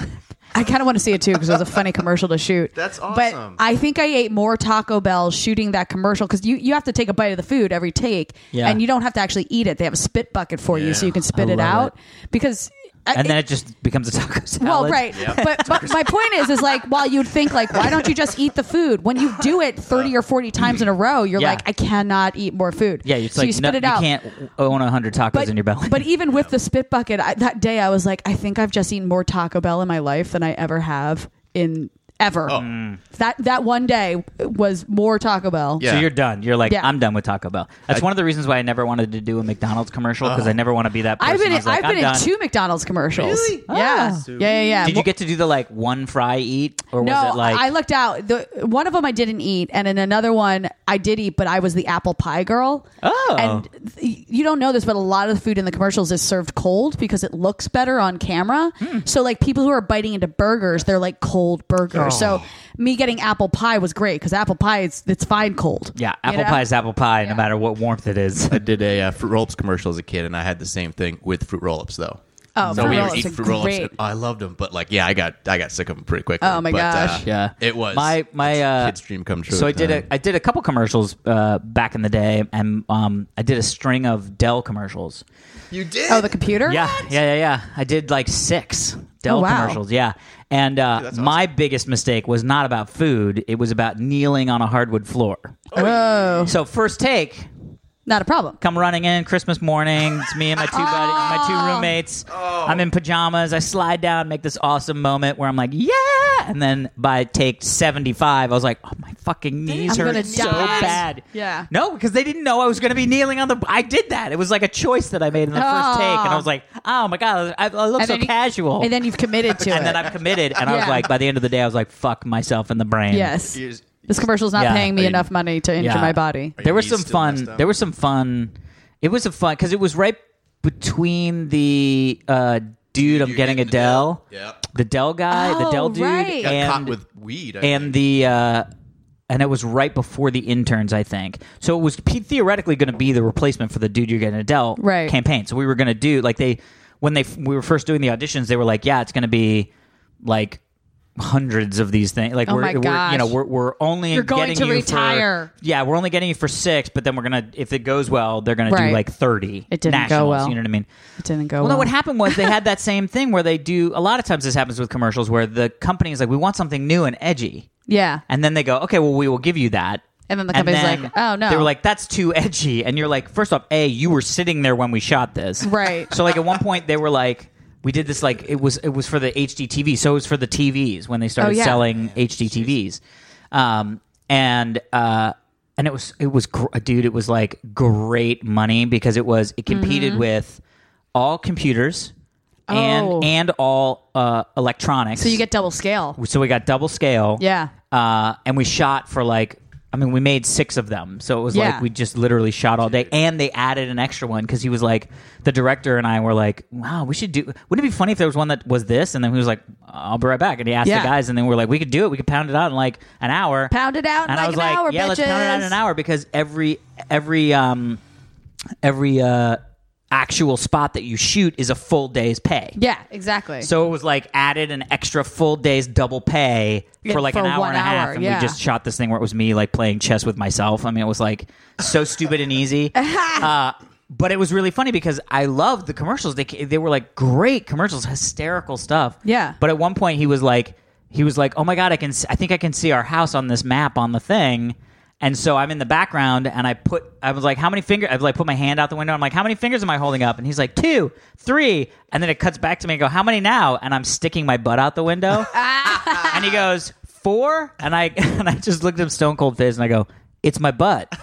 [SPEAKER 3] I kind of want to see it too because it was a funny commercial to shoot.
[SPEAKER 5] That's awesome.
[SPEAKER 3] But I think I ate more Taco Bell shooting that commercial because you, you have to take a bite of the food every take,
[SPEAKER 4] Yeah.
[SPEAKER 3] and you don't have to actually eat it. They have a spit bucket for you, so
[SPEAKER 5] Yeah.
[SPEAKER 3] you can spit
[SPEAKER 4] I
[SPEAKER 3] it
[SPEAKER 4] love
[SPEAKER 3] out. Because I-
[SPEAKER 4] and then it just becomes a taco salad.
[SPEAKER 3] well, right. But, but my point is, is like while you'd think like, why don't you just eat the food? When you do it thirty or forty times in a row, you're
[SPEAKER 4] Yeah.
[SPEAKER 3] like, I cannot eat more food.
[SPEAKER 4] Yeah, it's
[SPEAKER 3] so
[SPEAKER 4] like
[SPEAKER 3] you spit
[SPEAKER 4] no,
[SPEAKER 3] it out.
[SPEAKER 4] you can't own a hundred tacos
[SPEAKER 3] but,
[SPEAKER 4] in your belly.
[SPEAKER 3] but even with the spit bucket, I, that day I was like, I think I've just eaten more Taco Bell in my life than I ever have in ever.
[SPEAKER 4] Mm.
[SPEAKER 3] That that one day was more Taco Bell.
[SPEAKER 5] Yeah.
[SPEAKER 4] So you're done. You're like,
[SPEAKER 3] Yeah.
[SPEAKER 4] I'm done with Taco Bell. That's one of the reasons why I never wanted to do a McDonald's commercial because I never want to be that person.
[SPEAKER 3] I've been in,
[SPEAKER 4] who's like,
[SPEAKER 3] I've been
[SPEAKER 4] I'm done.
[SPEAKER 3] in two McDonald's commercials.
[SPEAKER 5] Really?
[SPEAKER 3] Yeah.
[SPEAKER 5] Ah.
[SPEAKER 3] yeah, yeah, yeah.
[SPEAKER 4] Did you get to do the like one fry eat, or was
[SPEAKER 3] no,
[SPEAKER 4] it like
[SPEAKER 3] I looked out. The one of them I didn't eat, and in another one I did eat, but I was the apple pie girl.
[SPEAKER 4] Oh.
[SPEAKER 3] and th- you don't know this, but a lot of the food in the commercials is served cold because it looks better on camera.
[SPEAKER 4] Hmm.
[SPEAKER 3] So like people who are biting into burgers, they're like cold burger. So
[SPEAKER 4] Oh.
[SPEAKER 3] me getting apple pie was great because apple pie is it's fine cold.
[SPEAKER 4] yeah,
[SPEAKER 3] You
[SPEAKER 4] apple
[SPEAKER 3] know?
[SPEAKER 4] pie is apple pie, no matter what warmth it is.
[SPEAKER 5] I did a uh, fruit roll-ups commercial as a kid, and I had the same thing with fruit roll-ups though.
[SPEAKER 3] Oh,
[SPEAKER 5] so
[SPEAKER 3] Fruit
[SPEAKER 5] we would
[SPEAKER 3] Roll-Ups
[SPEAKER 5] eat
[SPEAKER 3] are
[SPEAKER 5] fruit roll-ups.
[SPEAKER 3] great.
[SPEAKER 5] and I loved them, but like, yeah, I got I got sick of them pretty quickly.
[SPEAKER 3] Oh, my
[SPEAKER 5] but, uh,
[SPEAKER 3] gosh.
[SPEAKER 4] Yeah,
[SPEAKER 5] it was
[SPEAKER 4] my my uh,
[SPEAKER 5] kid's dream come true.
[SPEAKER 4] So I
[SPEAKER 5] at the
[SPEAKER 4] did
[SPEAKER 5] time.
[SPEAKER 4] a I did a couple commercials uh, back in the day, and um, I did a string of Dell commercials.
[SPEAKER 5] You did.
[SPEAKER 3] Oh, the computer.
[SPEAKER 4] Yeah,
[SPEAKER 3] one?
[SPEAKER 4] yeah, yeah, yeah. I did like six Dell
[SPEAKER 3] Oh, wow.
[SPEAKER 4] commercials. Yeah, and uh,
[SPEAKER 5] that's
[SPEAKER 4] my biggest mistake was not about food; it was about kneeling on a hardwood floor.
[SPEAKER 3] Oh,
[SPEAKER 4] So first take,
[SPEAKER 3] not a problem.
[SPEAKER 4] come running in Christmas morning. It's me and my two buddies, my two
[SPEAKER 3] Oh.
[SPEAKER 4] roommates. I'm in pajamas. I slide down, make this awesome moment where I'm like, yeah. And then by take 75, I was like, oh, my fucking knees
[SPEAKER 3] I'm
[SPEAKER 4] are
[SPEAKER 3] gonna
[SPEAKER 4] so
[SPEAKER 3] die.
[SPEAKER 4] bad.
[SPEAKER 3] Yeah.
[SPEAKER 4] No, because they didn't know I was going to be kneeling on the. I did that. It was like a choice that I made in the first
[SPEAKER 3] Oh.
[SPEAKER 4] take, and I was like, oh my god, I, I look so
[SPEAKER 3] then you-
[SPEAKER 4] casual.
[SPEAKER 3] And then you've committed to it.
[SPEAKER 4] Oh. and then I've committed, and I was
[SPEAKER 3] Yeah.
[SPEAKER 4] like, by the end of the day, I was like, fuck myself in the brain.
[SPEAKER 3] yes.
[SPEAKER 5] Years-
[SPEAKER 3] This commercial's not
[SPEAKER 4] Yeah.
[SPEAKER 3] paying me
[SPEAKER 5] Are you-
[SPEAKER 3] enough money to injure
[SPEAKER 4] Yeah.
[SPEAKER 3] my body.
[SPEAKER 5] Are
[SPEAKER 4] there
[SPEAKER 5] your
[SPEAKER 4] was
[SPEAKER 5] knees
[SPEAKER 4] some
[SPEAKER 5] still
[SPEAKER 4] fun.
[SPEAKER 5] messed up?
[SPEAKER 4] There was some fun. It was a fun because it was right between the uh, dude. I'm
[SPEAKER 5] You're
[SPEAKER 4] getting
[SPEAKER 5] getting the
[SPEAKER 4] Adele,
[SPEAKER 5] Dell. Yep.
[SPEAKER 4] the Dell guy, the
[SPEAKER 3] Oh,
[SPEAKER 4] Dell dude,
[SPEAKER 3] right.
[SPEAKER 5] got
[SPEAKER 4] and
[SPEAKER 5] caught with weed. I
[SPEAKER 4] and
[SPEAKER 5] think.
[SPEAKER 4] the uh, and it was right before the interns, I think. So it was pe- theoretically going to be the replacement for the dude you're getting Adele
[SPEAKER 3] Right.
[SPEAKER 4] campaign. So we were going to do like they when they f- we were first doing the auditions, they were like, yeah, it's going to be like hundreds of these things. Like
[SPEAKER 3] Oh
[SPEAKER 4] we're,
[SPEAKER 3] my
[SPEAKER 4] we're you know
[SPEAKER 3] gosh.
[SPEAKER 4] we're, we're only
[SPEAKER 3] You're going
[SPEAKER 4] getting
[SPEAKER 3] to
[SPEAKER 4] you
[SPEAKER 3] retire.
[SPEAKER 4] For, yeah, we're only getting you for six, but then we're gonna if it goes well, they're gonna
[SPEAKER 3] Right.
[SPEAKER 4] do like thirty.
[SPEAKER 3] It didn't go
[SPEAKER 4] nationals,
[SPEAKER 3] well.
[SPEAKER 4] You know what I mean?
[SPEAKER 3] It didn't go
[SPEAKER 4] Well,
[SPEAKER 3] well.
[SPEAKER 4] no, what happened was they had that same thing where they do a lot of times this happens with commercials where the company is like, we want something new and edgy.
[SPEAKER 3] Yeah.
[SPEAKER 4] And then they go, okay, well, we will give you that.
[SPEAKER 3] And then the company's
[SPEAKER 4] then
[SPEAKER 3] like, oh, no.
[SPEAKER 4] They were like, that's too edgy. And you're like, first off, A, you were sitting there when we shot this.
[SPEAKER 3] Right.
[SPEAKER 4] So, like, at one point, they were like, we did this like it was it was for the HDTV, so it was for the TVs when they started
[SPEAKER 3] Oh, yeah.
[SPEAKER 4] selling HDTVs, um, and uh, and it was it was gr- dude, it was like great money because it was it competed with all computers and
[SPEAKER 3] Mm-hmm. Oh.
[SPEAKER 4] and all uh, electronics.
[SPEAKER 3] So you get double scale.
[SPEAKER 4] so we got double scale,
[SPEAKER 3] Yeah.
[SPEAKER 4] uh, and we shot for like I mean we made six of them, so it was
[SPEAKER 3] Yeah.
[SPEAKER 4] like we just literally shot all day, and they added an extra one because he was like the director and I were like, wow, we should do. Wouldn't it be funny if there was one that was this? And then he was like, I'll be right back, and he asked
[SPEAKER 3] Yeah.
[SPEAKER 4] the guys, and then we were like, we could do it, we could pound it out in like an hour,
[SPEAKER 3] Pound it out in
[SPEAKER 4] and I
[SPEAKER 3] like
[SPEAKER 4] was
[SPEAKER 3] an
[SPEAKER 4] like,
[SPEAKER 3] hour,
[SPEAKER 4] yeah, let's pound it out in
[SPEAKER 3] bitches."
[SPEAKER 4] an hour because every every um every uh, actual spot that you shoot is a full day's pay.
[SPEAKER 3] Yeah, exactly.
[SPEAKER 4] So it was like added an extra full day's double pay
[SPEAKER 3] Yeah,
[SPEAKER 4] for like an
[SPEAKER 3] for
[SPEAKER 4] hour
[SPEAKER 3] one
[SPEAKER 4] and a half,
[SPEAKER 3] hour,
[SPEAKER 4] and
[SPEAKER 3] yeah.
[SPEAKER 4] we just shot this thing where it was me like playing chess with myself. I mean, it was like so stupid and easy. Uh, but it was really funny because I loved the commercials. They ca- they were like great commercials, hysterical stuff.
[SPEAKER 3] Yeah.
[SPEAKER 4] But at one point he was like he was like, "Oh my god, I can s- I think I can see our house on this map on the thing." And so I'm in the background and I put I was like, "How many fingers?" I like put my hand out the window. I'm like, "How many fingers am I holding up?" And he's like, two, three. And then it cuts back to me and go, "How many now?" And I'm sticking my butt out the window. and he goes, four? And I and I just looked at him stone cold face and I go, It's my butt.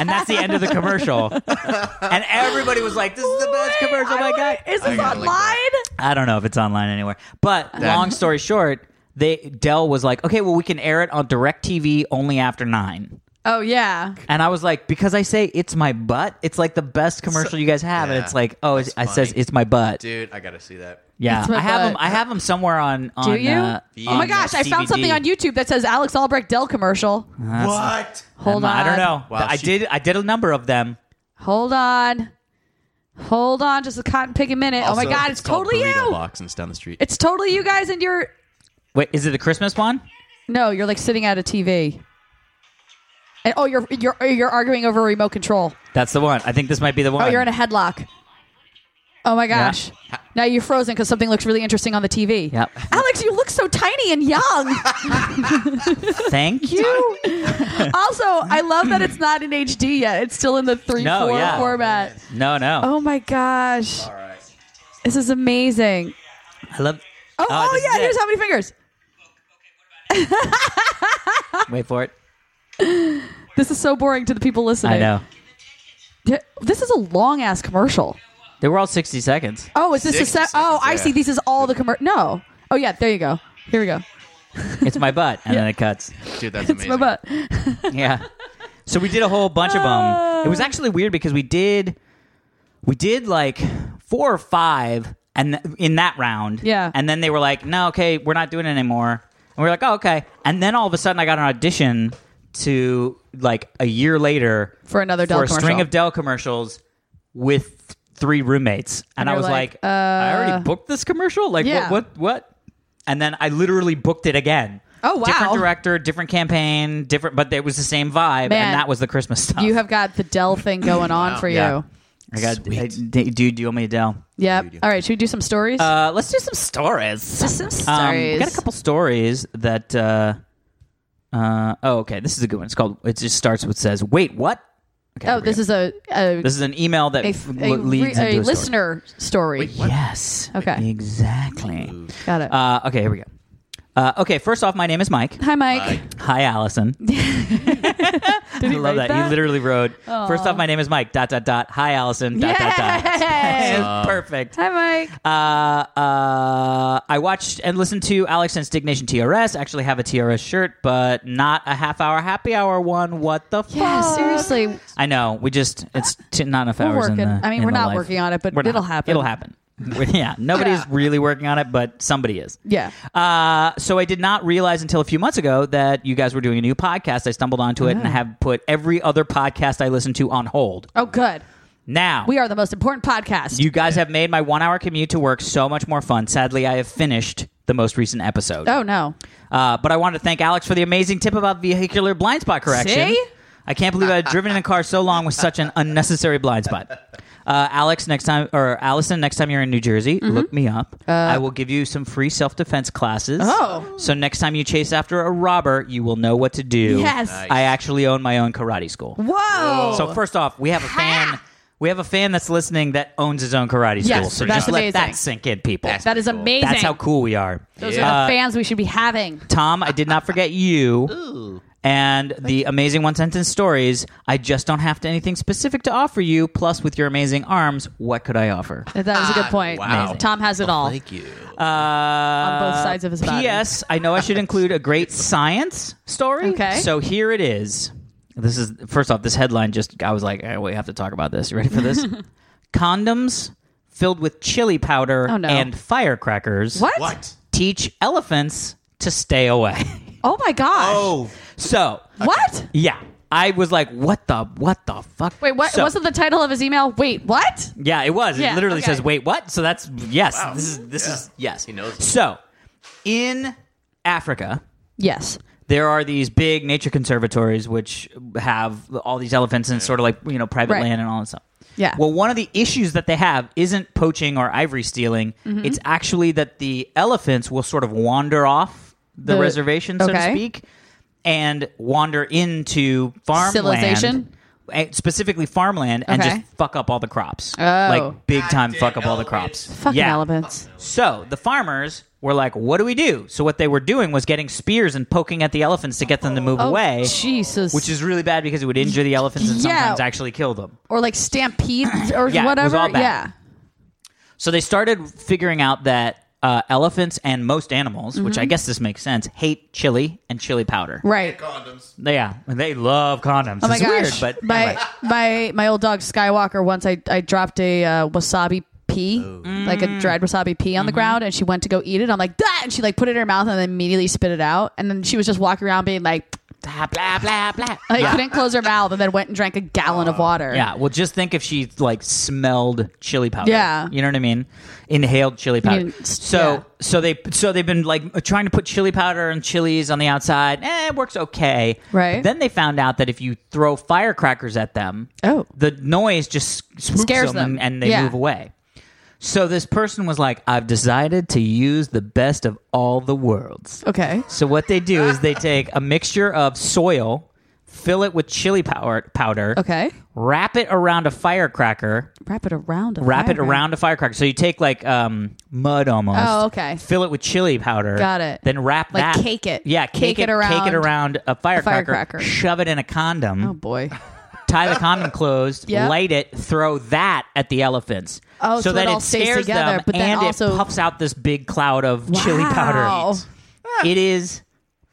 [SPEAKER 4] and that's the end of the commercial. and everybody was like, This is the best commercial my God.
[SPEAKER 3] Is
[SPEAKER 5] I
[SPEAKER 3] this
[SPEAKER 5] gotta
[SPEAKER 3] online?
[SPEAKER 5] like that.
[SPEAKER 4] I don't know if it's online anywhere. But long story short, they Dell was like, Okay, well we can air it on direct TV only after nine.
[SPEAKER 3] oh yeah.
[SPEAKER 4] And I was like, because I say it's my butt, it's like the best commercial you guys have, and
[SPEAKER 5] yeah,
[SPEAKER 4] it's like, oh, it,
[SPEAKER 5] that's
[SPEAKER 4] it says
[SPEAKER 5] funny.
[SPEAKER 4] it's my butt.
[SPEAKER 5] Dude, I gotta see that.
[SPEAKER 4] yeah,
[SPEAKER 3] It's my
[SPEAKER 4] I have
[SPEAKER 3] butt.
[SPEAKER 4] them. I have them somewhere on. on
[SPEAKER 3] Do you?
[SPEAKER 4] uh,
[SPEAKER 3] oh my
[SPEAKER 4] on
[SPEAKER 3] gosh, I found
[SPEAKER 4] CBD.
[SPEAKER 3] something on YouTube that says Alex Albrecht Dell commercial.
[SPEAKER 5] what?
[SPEAKER 3] Hold on.
[SPEAKER 4] I don't know.
[SPEAKER 5] Wow,
[SPEAKER 4] I
[SPEAKER 5] she-
[SPEAKER 4] did. I did a number of them.
[SPEAKER 3] Hold on. Hold on, just a cotton pick a minute. oh my
[SPEAKER 5] Also,
[SPEAKER 3] god, it's,
[SPEAKER 5] called
[SPEAKER 3] totally
[SPEAKER 5] Burrito
[SPEAKER 3] you.
[SPEAKER 5] Box and it's down the street.
[SPEAKER 3] It's totally you guys and you're
[SPEAKER 4] Wait, is it the Christmas one?
[SPEAKER 3] No, you're like sitting at a TV. And oh, you're you're you're arguing over a remote control.
[SPEAKER 4] That's the one. I think this might be the one.
[SPEAKER 3] Oh, you're in a headlock. Oh my gosh. Now you're frozen because something looks really interesting on the TV.
[SPEAKER 4] Yep.
[SPEAKER 3] Alex, you look so tiny and young.
[SPEAKER 4] Thank you.
[SPEAKER 3] You. also, I love that it's not in HD yet. It's still in the 3
[SPEAKER 4] No,
[SPEAKER 3] 4
[SPEAKER 4] yeah.
[SPEAKER 3] format.
[SPEAKER 4] No, no.
[SPEAKER 3] Oh my gosh.
[SPEAKER 5] All right.
[SPEAKER 3] This is amazing.
[SPEAKER 4] I love.
[SPEAKER 3] Oh, oh,
[SPEAKER 4] this is
[SPEAKER 3] yeah.
[SPEAKER 4] it.
[SPEAKER 3] Here's how many fingers.
[SPEAKER 4] Wait for it.
[SPEAKER 3] This is so boring to the people listening.
[SPEAKER 4] I know.
[SPEAKER 3] Yeah, This is a long ass commercial.
[SPEAKER 4] They were all sixty seconds.
[SPEAKER 3] Oh, is this a
[SPEAKER 5] Six
[SPEAKER 3] set? Oh,
[SPEAKER 5] seconds,
[SPEAKER 3] I
[SPEAKER 5] yeah.
[SPEAKER 3] see. This is all the commercial. No. Oh, yeah. There you go. Here we go.
[SPEAKER 4] It's my butt, and then it cuts.
[SPEAKER 5] Dude, that's
[SPEAKER 3] It's
[SPEAKER 5] amazing.
[SPEAKER 3] my butt.
[SPEAKER 4] Yeah. So we did a whole bunch of them. It was actually weird because we did, we did like four or five, and th- in that round,
[SPEAKER 3] Yeah.
[SPEAKER 4] And then they were like, "No, okay, we're not doing it anymore." And we are like, "Oh, okay." And then all of a sudden, I got an audition to like a year later
[SPEAKER 3] For another Dell
[SPEAKER 4] for a string
[SPEAKER 3] commercial.
[SPEAKER 4] of Dell commercials with three roommates, and,
[SPEAKER 3] And
[SPEAKER 4] I
[SPEAKER 3] you're
[SPEAKER 4] was like,
[SPEAKER 3] like,
[SPEAKER 4] "I
[SPEAKER 3] uh,
[SPEAKER 4] already booked this commercial. Like,
[SPEAKER 3] yeah.
[SPEAKER 4] what, what, what?" And then I literally booked it again.
[SPEAKER 3] Oh, wow.
[SPEAKER 4] Different director, different campaign, different, but it was the same vibe,
[SPEAKER 3] Man,
[SPEAKER 4] and that was the Christmas stuff.
[SPEAKER 3] You have got the Dell thing going on for you.
[SPEAKER 4] Yeah. I got, I, d- dude. Do you want me to Dell?
[SPEAKER 3] Yep. All right. Should we do some stories?
[SPEAKER 4] Uh, let's do some stories.
[SPEAKER 3] some
[SPEAKER 4] Um, we
[SPEAKER 3] stories.
[SPEAKER 4] got a couple stories that. Uh, uh, oh, okay. This is a good one. It's called. It just starts with says, "Wait, what?" Okay,
[SPEAKER 3] oh,
[SPEAKER 4] here we
[SPEAKER 3] this
[SPEAKER 4] go.
[SPEAKER 3] is a a,
[SPEAKER 4] this is an email that
[SPEAKER 3] a,
[SPEAKER 4] f-
[SPEAKER 3] a
[SPEAKER 4] le- leads
[SPEAKER 3] re- a
[SPEAKER 4] into a story.
[SPEAKER 3] listener story.
[SPEAKER 4] Yes.
[SPEAKER 3] Okay.
[SPEAKER 4] Exactly.
[SPEAKER 3] Got it.
[SPEAKER 4] Uh, okay, here we go. Uh, okay, first off, my name is Mike.
[SPEAKER 3] Hi, Mike.
[SPEAKER 4] Hi, Allison. I love
[SPEAKER 3] write
[SPEAKER 4] that.
[SPEAKER 3] that?
[SPEAKER 4] You literally wrote, first off, my name is Mike, dot, dot, dot. Hi, Allison, dot, dot, dot.
[SPEAKER 3] Yay!
[SPEAKER 4] It's Perfect.
[SPEAKER 3] Hi, Mike.
[SPEAKER 4] Uh, uh, I watched and listened to Alex and Indignation TRS. Actually, have a TRS shirt, but not a half hour happy hour one. What the
[SPEAKER 3] yeah,
[SPEAKER 4] fuck?
[SPEAKER 3] seriously.
[SPEAKER 4] I know. We just it's
[SPEAKER 3] Uh,
[SPEAKER 4] t- not enough hours. In
[SPEAKER 3] working.
[SPEAKER 4] the,
[SPEAKER 3] I mean,
[SPEAKER 4] in
[SPEAKER 3] we're
[SPEAKER 4] the
[SPEAKER 3] not
[SPEAKER 4] life.
[SPEAKER 3] working on it, but
[SPEAKER 4] We're not.
[SPEAKER 3] it'll happen.
[SPEAKER 4] It'll happen. yeah, nobody's
[SPEAKER 3] Yeah.
[SPEAKER 4] really working on it, but somebody is.
[SPEAKER 3] Yeah.
[SPEAKER 4] Uh, so I did not realize until a few months ago that you guys were doing a new podcast. I stumbled onto it and have put every other podcast I listen to on hold.
[SPEAKER 3] Oh, good.
[SPEAKER 4] Now
[SPEAKER 3] We are the most important podcast.
[SPEAKER 4] You guys have made my one-hour commute to work so much more fun. Sadly, I have finished the most recent episode.
[SPEAKER 3] oh no.
[SPEAKER 4] Uh, but I want to thank Alex for the amazing tip about vehicular blind spot correction.
[SPEAKER 3] See?
[SPEAKER 4] I can't believe I had driven in a car so long with such an unnecessary blind spot. Uh, Alex, next time, or Allison, next time you're in New Jersey,
[SPEAKER 3] Mm-hmm.
[SPEAKER 4] look me up. I will give you some free self defense classes.
[SPEAKER 3] Uh, Oh.
[SPEAKER 4] So next time you chase after a robber, you will know what to do.
[SPEAKER 3] Yes. Nice.
[SPEAKER 4] I actually own my own karate school.
[SPEAKER 3] Whoa.
[SPEAKER 4] So first off, we have a fan. We have a fan that's listening that owns his own karate
[SPEAKER 3] Yes,
[SPEAKER 4] school. So
[SPEAKER 3] that's
[SPEAKER 4] just let
[SPEAKER 3] amazing.
[SPEAKER 4] that sink in, people. That's,
[SPEAKER 3] that is amazing.
[SPEAKER 4] how cool Uh, we are.
[SPEAKER 3] Those
[SPEAKER 5] Yeah.
[SPEAKER 3] are the fans we should be having.
[SPEAKER 4] Tom, I did not forget you. And the amazing one sentence stories. I just don't have to anything specific to offer you. Plus, with your amazing arms, what could I offer?
[SPEAKER 3] That was a
[SPEAKER 4] Ah,
[SPEAKER 3] good point.
[SPEAKER 5] wow. Amazing.
[SPEAKER 3] Tom has it all.
[SPEAKER 5] Thank you.
[SPEAKER 4] on
[SPEAKER 3] both sides of his body.
[SPEAKER 4] P.S. I know I should include a great science story.
[SPEAKER 3] Okay.
[SPEAKER 4] So here it is. This is first off this headline. Just I was like, eh, we have to talk about this. You ready for this? Condoms filled with chili powder
[SPEAKER 3] Oh, no.
[SPEAKER 4] and firecrackers.
[SPEAKER 3] What?
[SPEAKER 5] What?
[SPEAKER 4] Teach elephants to stay away.
[SPEAKER 3] Oh my gosh.
[SPEAKER 5] Oh,
[SPEAKER 4] so
[SPEAKER 3] What?
[SPEAKER 4] yeah. I was like, what the what the fuck?
[SPEAKER 3] Wait, what?
[SPEAKER 4] So-
[SPEAKER 3] wasn't the title of his email? Wait, what?
[SPEAKER 4] Yeah, it was.
[SPEAKER 3] Yeah,
[SPEAKER 4] it literally
[SPEAKER 3] okay.
[SPEAKER 4] says, "Wait, what?" So that's yes. This is this
[SPEAKER 5] Yeah.
[SPEAKER 4] is yes. He
[SPEAKER 5] knows.
[SPEAKER 4] So, in Africa,
[SPEAKER 3] Yes.
[SPEAKER 4] there are these big nature conservatories which have all these elephants and sort of like you know private
[SPEAKER 3] Right.
[SPEAKER 4] land and all that stuff.
[SPEAKER 3] Yeah.
[SPEAKER 4] Well, one of the issues that they have isn't poaching or ivory stealing.
[SPEAKER 3] Mm-hmm.
[SPEAKER 4] It's actually that the elephants will sort of wander off the,
[SPEAKER 3] The-
[SPEAKER 4] reservation, so
[SPEAKER 3] okay.
[SPEAKER 4] to speak, and wander into farmland,
[SPEAKER 3] Civilization?
[SPEAKER 4] eh, specifically farmland, and
[SPEAKER 3] Okay.
[SPEAKER 4] just fuck up all the crops.
[SPEAKER 3] Oh.
[SPEAKER 4] Like big time
[SPEAKER 5] Goddamn
[SPEAKER 4] fuck up all the
[SPEAKER 5] elephants.
[SPEAKER 4] crops.
[SPEAKER 3] Fucking
[SPEAKER 4] yeah.
[SPEAKER 3] elephants.
[SPEAKER 4] So the farmers were like, "What do we do?" So what they were doing was getting spears and poking at the elephants to get them to move
[SPEAKER 3] Oh,
[SPEAKER 4] away,
[SPEAKER 3] Jesus.
[SPEAKER 4] which is really bad because it would injure the elephants and
[SPEAKER 3] Yeah.
[SPEAKER 4] sometimes actually kill them.
[SPEAKER 3] or like stampede or
[SPEAKER 4] Yeah, it was
[SPEAKER 3] whatever.
[SPEAKER 4] all bad.
[SPEAKER 3] Yeah.
[SPEAKER 4] So they started figuring out that uh, elephants and most animals, which I guess this makes sense, hate chili and chili powder.
[SPEAKER 3] Mm-hmm. Right.
[SPEAKER 5] Condoms.
[SPEAKER 4] Yeah, and they love condoms.
[SPEAKER 3] Oh my
[SPEAKER 4] it's
[SPEAKER 3] gosh.
[SPEAKER 4] weird, but
[SPEAKER 3] my
[SPEAKER 4] anyway.
[SPEAKER 3] my my old dog Skywalker once I I dropped a uh, wasabi pea.
[SPEAKER 4] Oh.
[SPEAKER 3] Like
[SPEAKER 4] Mm.
[SPEAKER 3] a dried wasabi pea on
[SPEAKER 4] Mm-hmm.
[SPEAKER 3] the ground, and she went to go eat it. I'm like, that, and she like put it in her mouth, and then immediately spit it out. And then she was just walking around being like,
[SPEAKER 4] blah blah blah blah.
[SPEAKER 3] like
[SPEAKER 4] yeah.
[SPEAKER 3] couldn't close her mouth, and then went and drank a gallon of water.
[SPEAKER 4] Yeah, well, just think if she like smelled chili powder.
[SPEAKER 3] Yeah.
[SPEAKER 4] you know what I mean. Inhaled chili powder.
[SPEAKER 3] mean, s-
[SPEAKER 4] so
[SPEAKER 3] yeah.
[SPEAKER 4] so they so they've been like trying to put chili powder and chilies on the outside. Eh, it works okay.
[SPEAKER 3] Right.
[SPEAKER 4] But then they found out that if you throw firecrackers at them,
[SPEAKER 3] Oh.
[SPEAKER 4] the noise just spooks
[SPEAKER 3] Scares
[SPEAKER 4] them,
[SPEAKER 3] them.
[SPEAKER 4] And, and they
[SPEAKER 3] Yeah.
[SPEAKER 4] move away. So this person was like, "I've decided to use the best of all the worlds."
[SPEAKER 3] Okay.
[SPEAKER 4] So what they do is they take a mixture of soil, fill it with chili power, powder,
[SPEAKER 3] Okay.
[SPEAKER 4] wrap it around a firecracker,
[SPEAKER 3] Wrap it around. A
[SPEAKER 4] wrap it
[SPEAKER 3] firecracker.
[SPEAKER 4] around a firecracker. So you take like um, mud almost.
[SPEAKER 3] Oh, okay.
[SPEAKER 4] Fill it with chili powder.
[SPEAKER 3] Got it.
[SPEAKER 4] Then wrap
[SPEAKER 3] Like
[SPEAKER 4] that.
[SPEAKER 3] cake it.
[SPEAKER 4] Yeah, cake, it, around. Cake it around a firecracker.
[SPEAKER 3] firecracker.
[SPEAKER 4] Shove it in a condom.
[SPEAKER 3] Oh boy.
[SPEAKER 4] Tie the condom closed.
[SPEAKER 3] Yep.
[SPEAKER 4] Light it. Throw that at the elephants.
[SPEAKER 3] Oh, so it
[SPEAKER 4] that
[SPEAKER 3] all
[SPEAKER 4] it
[SPEAKER 3] stays
[SPEAKER 4] scares
[SPEAKER 3] together,
[SPEAKER 4] them
[SPEAKER 3] but then
[SPEAKER 4] and
[SPEAKER 3] also-
[SPEAKER 4] it puffs out this big cloud of chili powder.
[SPEAKER 3] Wow. Ah.
[SPEAKER 4] It is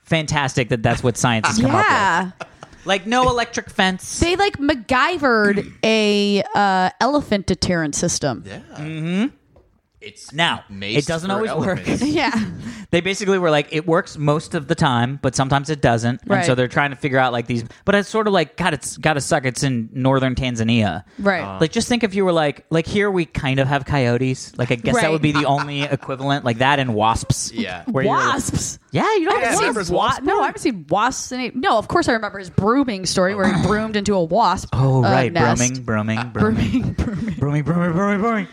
[SPEAKER 4] fantastic that that's what science has come up
[SPEAKER 3] Yeah.
[SPEAKER 4] with. Like no electric fence.
[SPEAKER 3] They like MacGyvered a uh, elephant deterrent system.
[SPEAKER 5] Yeah.
[SPEAKER 3] Mm-hmm.
[SPEAKER 5] It's
[SPEAKER 4] Now, it
[SPEAKER 5] maced
[SPEAKER 4] doesn't
[SPEAKER 5] for
[SPEAKER 4] always work.
[SPEAKER 5] elephants.
[SPEAKER 3] Yeah.
[SPEAKER 4] they basically were like it works most of the time but sometimes it doesn't
[SPEAKER 3] Right.
[SPEAKER 4] and so they're trying to figure out like these but it's sort of like god it's gotta suck it's in northern tanzania
[SPEAKER 3] Right.
[SPEAKER 4] like just think if you were like like here we kind of have coyotes like i guess
[SPEAKER 3] Right.
[SPEAKER 4] that would be the only equivalent like that and wasps
[SPEAKER 5] Yeah.
[SPEAKER 4] where you're-
[SPEAKER 3] wasps.
[SPEAKER 4] yeah you don't
[SPEAKER 5] Yeah,
[SPEAKER 4] have
[SPEAKER 5] wasps.
[SPEAKER 4] wasps.
[SPEAKER 5] remember
[SPEAKER 3] Wa- no, I haven't seen wasps. In a- no, of course I remember his brooming story where he broomed into a wasp.
[SPEAKER 4] oh
[SPEAKER 3] uh,
[SPEAKER 4] right
[SPEAKER 3] nest.
[SPEAKER 4] brooming brooming brooming
[SPEAKER 3] Brooming, brooming.
[SPEAKER 4] brooming brooming brooming brooming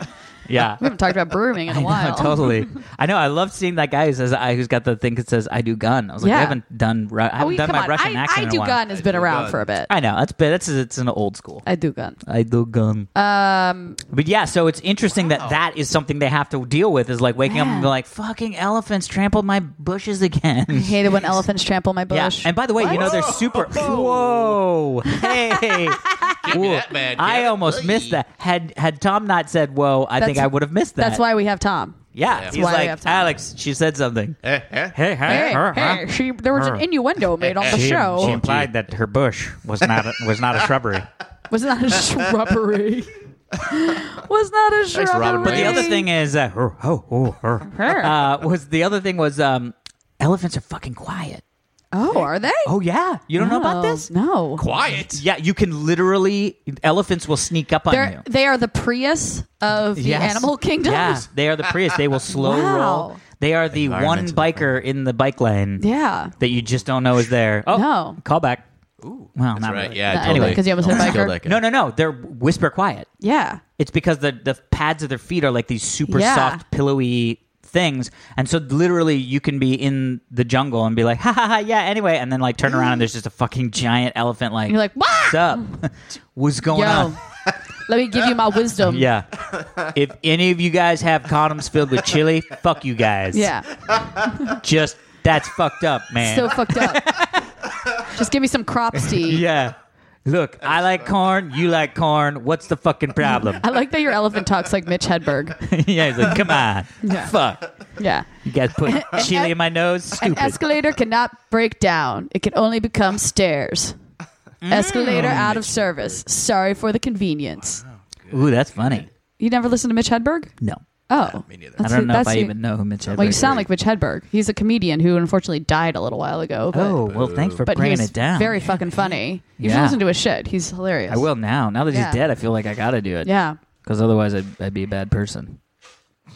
[SPEAKER 4] yeah
[SPEAKER 3] We haven't talked about brooming in a
[SPEAKER 4] I know,
[SPEAKER 3] while.
[SPEAKER 4] totally. I know. I love seeing that guy who says, "I who's got the thing that says I do gun." I was like,
[SPEAKER 3] Yeah.
[SPEAKER 4] I haven't done. Ru- I haven't
[SPEAKER 3] Oh, we-
[SPEAKER 4] done
[SPEAKER 3] come
[SPEAKER 4] my
[SPEAKER 3] on.
[SPEAKER 4] Russian
[SPEAKER 3] I,
[SPEAKER 4] accent.
[SPEAKER 3] I
[SPEAKER 4] in a
[SPEAKER 3] do
[SPEAKER 4] while.
[SPEAKER 3] gun has been
[SPEAKER 5] do
[SPEAKER 3] around
[SPEAKER 5] gun.
[SPEAKER 3] for a bit.
[SPEAKER 4] I know that's been that's it's an old school.
[SPEAKER 3] I do gun.
[SPEAKER 4] I do gun.
[SPEAKER 3] Um,
[SPEAKER 4] but yeah, so it's interesting that that is something they have to deal with is like waking up
[SPEAKER 3] Yeah.
[SPEAKER 4] and be like, "Fucking elephants trampled my bushes
[SPEAKER 3] I
[SPEAKER 4] again."
[SPEAKER 3] hated when elephants trample my
[SPEAKER 4] yeah,
[SPEAKER 3] bush.
[SPEAKER 4] and by the way, you know they're super. Whoa, hey,
[SPEAKER 5] me
[SPEAKER 4] Whoa.
[SPEAKER 5] that bad,
[SPEAKER 4] I
[SPEAKER 5] Kevin.
[SPEAKER 4] almost
[SPEAKER 5] Hey.
[SPEAKER 4] missed that. Had had Tom not said "whoa," I think
[SPEAKER 3] That's-
[SPEAKER 4] I would have missed that.
[SPEAKER 3] That's why we have Tom.
[SPEAKER 4] Yeah,
[SPEAKER 5] That's
[SPEAKER 4] he's
[SPEAKER 3] why we have
[SPEAKER 4] like
[SPEAKER 3] Tom.
[SPEAKER 4] Alex. She said something.
[SPEAKER 5] Eh, eh.
[SPEAKER 4] Hey,
[SPEAKER 3] Hey, hey, she, there was an innuendo made on the
[SPEAKER 5] She-
[SPEAKER 4] She
[SPEAKER 3] show.
[SPEAKER 4] implied that her bush was not a, was not a shrubbery.
[SPEAKER 3] Was not a shrubbery. was not a shrubbery.
[SPEAKER 5] Thanks, Robin
[SPEAKER 4] But the
[SPEAKER 5] Right.
[SPEAKER 4] other thing is, uh, her- ho, ho, her.
[SPEAKER 3] Her.
[SPEAKER 4] Uh, was the other thing was um, elephants are fucking quiet.
[SPEAKER 3] Oh, are they?
[SPEAKER 4] Oh yeah, you don't know about
[SPEAKER 3] No,
[SPEAKER 4] this?
[SPEAKER 3] No.
[SPEAKER 5] Quiet.
[SPEAKER 4] Yeah, you can literally elephants will sneak up on
[SPEAKER 3] They're,
[SPEAKER 4] you.
[SPEAKER 3] they are the Prius of the
[SPEAKER 4] Yes.
[SPEAKER 3] animal kingdom.
[SPEAKER 4] Yeah, they are the Prius. They will slow
[SPEAKER 3] Wow.
[SPEAKER 4] roll. They are the one
[SPEAKER 5] Environmental
[SPEAKER 4] biker in the bike lane
[SPEAKER 3] Yeah.
[SPEAKER 4] that you just don't know is there. Oh,
[SPEAKER 3] No.
[SPEAKER 4] call back. Ooh, well, not
[SPEAKER 5] That's right.
[SPEAKER 4] really.
[SPEAKER 5] Yeah.
[SPEAKER 3] Not
[SPEAKER 5] Totally.
[SPEAKER 4] anyway.
[SPEAKER 3] 'Cause you almost said
[SPEAKER 5] Almost
[SPEAKER 3] biker.
[SPEAKER 5] killed that guy.
[SPEAKER 4] No, no, no. They're whisper quiet.
[SPEAKER 3] Yeah.
[SPEAKER 4] It's because the the pads of their feet are like these super
[SPEAKER 3] Yeah.
[SPEAKER 4] soft, pillowy things, and so literally you can be in the jungle and be like, ha ha ha, yeah. Anyway, and then like turn around and there's just a fucking giant elephant. Like
[SPEAKER 3] And you're like,
[SPEAKER 4] what's
[SPEAKER 3] "Wah!"
[SPEAKER 4] up? What's going
[SPEAKER 3] Yo.
[SPEAKER 4] on?
[SPEAKER 3] Let me give you my wisdom.
[SPEAKER 4] Yeah. if any of you guys have condoms filled with chili, fuck you guys.
[SPEAKER 3] Yeah.
[SPEAKER 4] Just that's fucked up, man.
[SPEAKER 3] So fucked up. Just give me some crop tea.
[SPEAKER 4] yeah. Look, I like corn. You like corn. What's the fucking problem?
[SPEAKER 3] I like that your elephant talks like Mitch Hedberg.
[SPEAKER 4] yeah, he's like, come on,
[SPEAKER 3] Yeah. e-
[SPEAKER 4] fuck.
[SPEAKER 3] Yeah.
[SPEAKER 4] You guys put chili in my nose.
[SPEAKER 3] An
[SPEAKER 4] Stupid.
[SPEAKER 3] escalator cannot break down. It can only become stairs.
[SPEAKER 4] Mm.
[SPEAKER 3] Escalator
[SPEAKER 4] Oh,
[SPEAKER 3] out of service. Sorry for the convenience.
[SPEAKER 4] Ooh, that's funny.
[SPEAKER 3] You never listened to Mitch Hedberg?
[SPEAKER 4] No.
[SPEAKER 3] Oh,
[SPEAKER 5] Yeah, me neither.
[SPEAKER 3] That's
[SPEAKER 4] I don't
[SPEAKER 3] who-
[SPEAKER 4] know if
[SPEAKER 3] that's
[SPEAKER 4] I
[SPEAKER 3] who-
[SPEAKER 4] even know who Mitch Hedberg
[SPEAKER 3] Well, you
[SPEAKER 4] is.
[SPEAKER 3] sound like Mitch Hedberg. He's a comedian who unfortunately died a little while ago. But,
[SPEAKER 4] Oh, well, thanks for
[SPEAKER 3] but he
[SPEAKER 4] bringing
[SPEAKER 3] was
[SPEAKER 4] it down.
[SPEAKER 3] very fucking funny. You should
[SPEAKER 4] Yeah.
[SPEAKER 3] listen to his shit. He's hilarious.
[SPEAKER 4] I will now. Now that
[SPEAKER 3] Yeah.
[SPEAKER 4] he's dead, I feel like I got to do it.
[SPEAKER 3] Yeah,
[SPEAKER 4] Because otherwise, I'd, I'd be a bad person.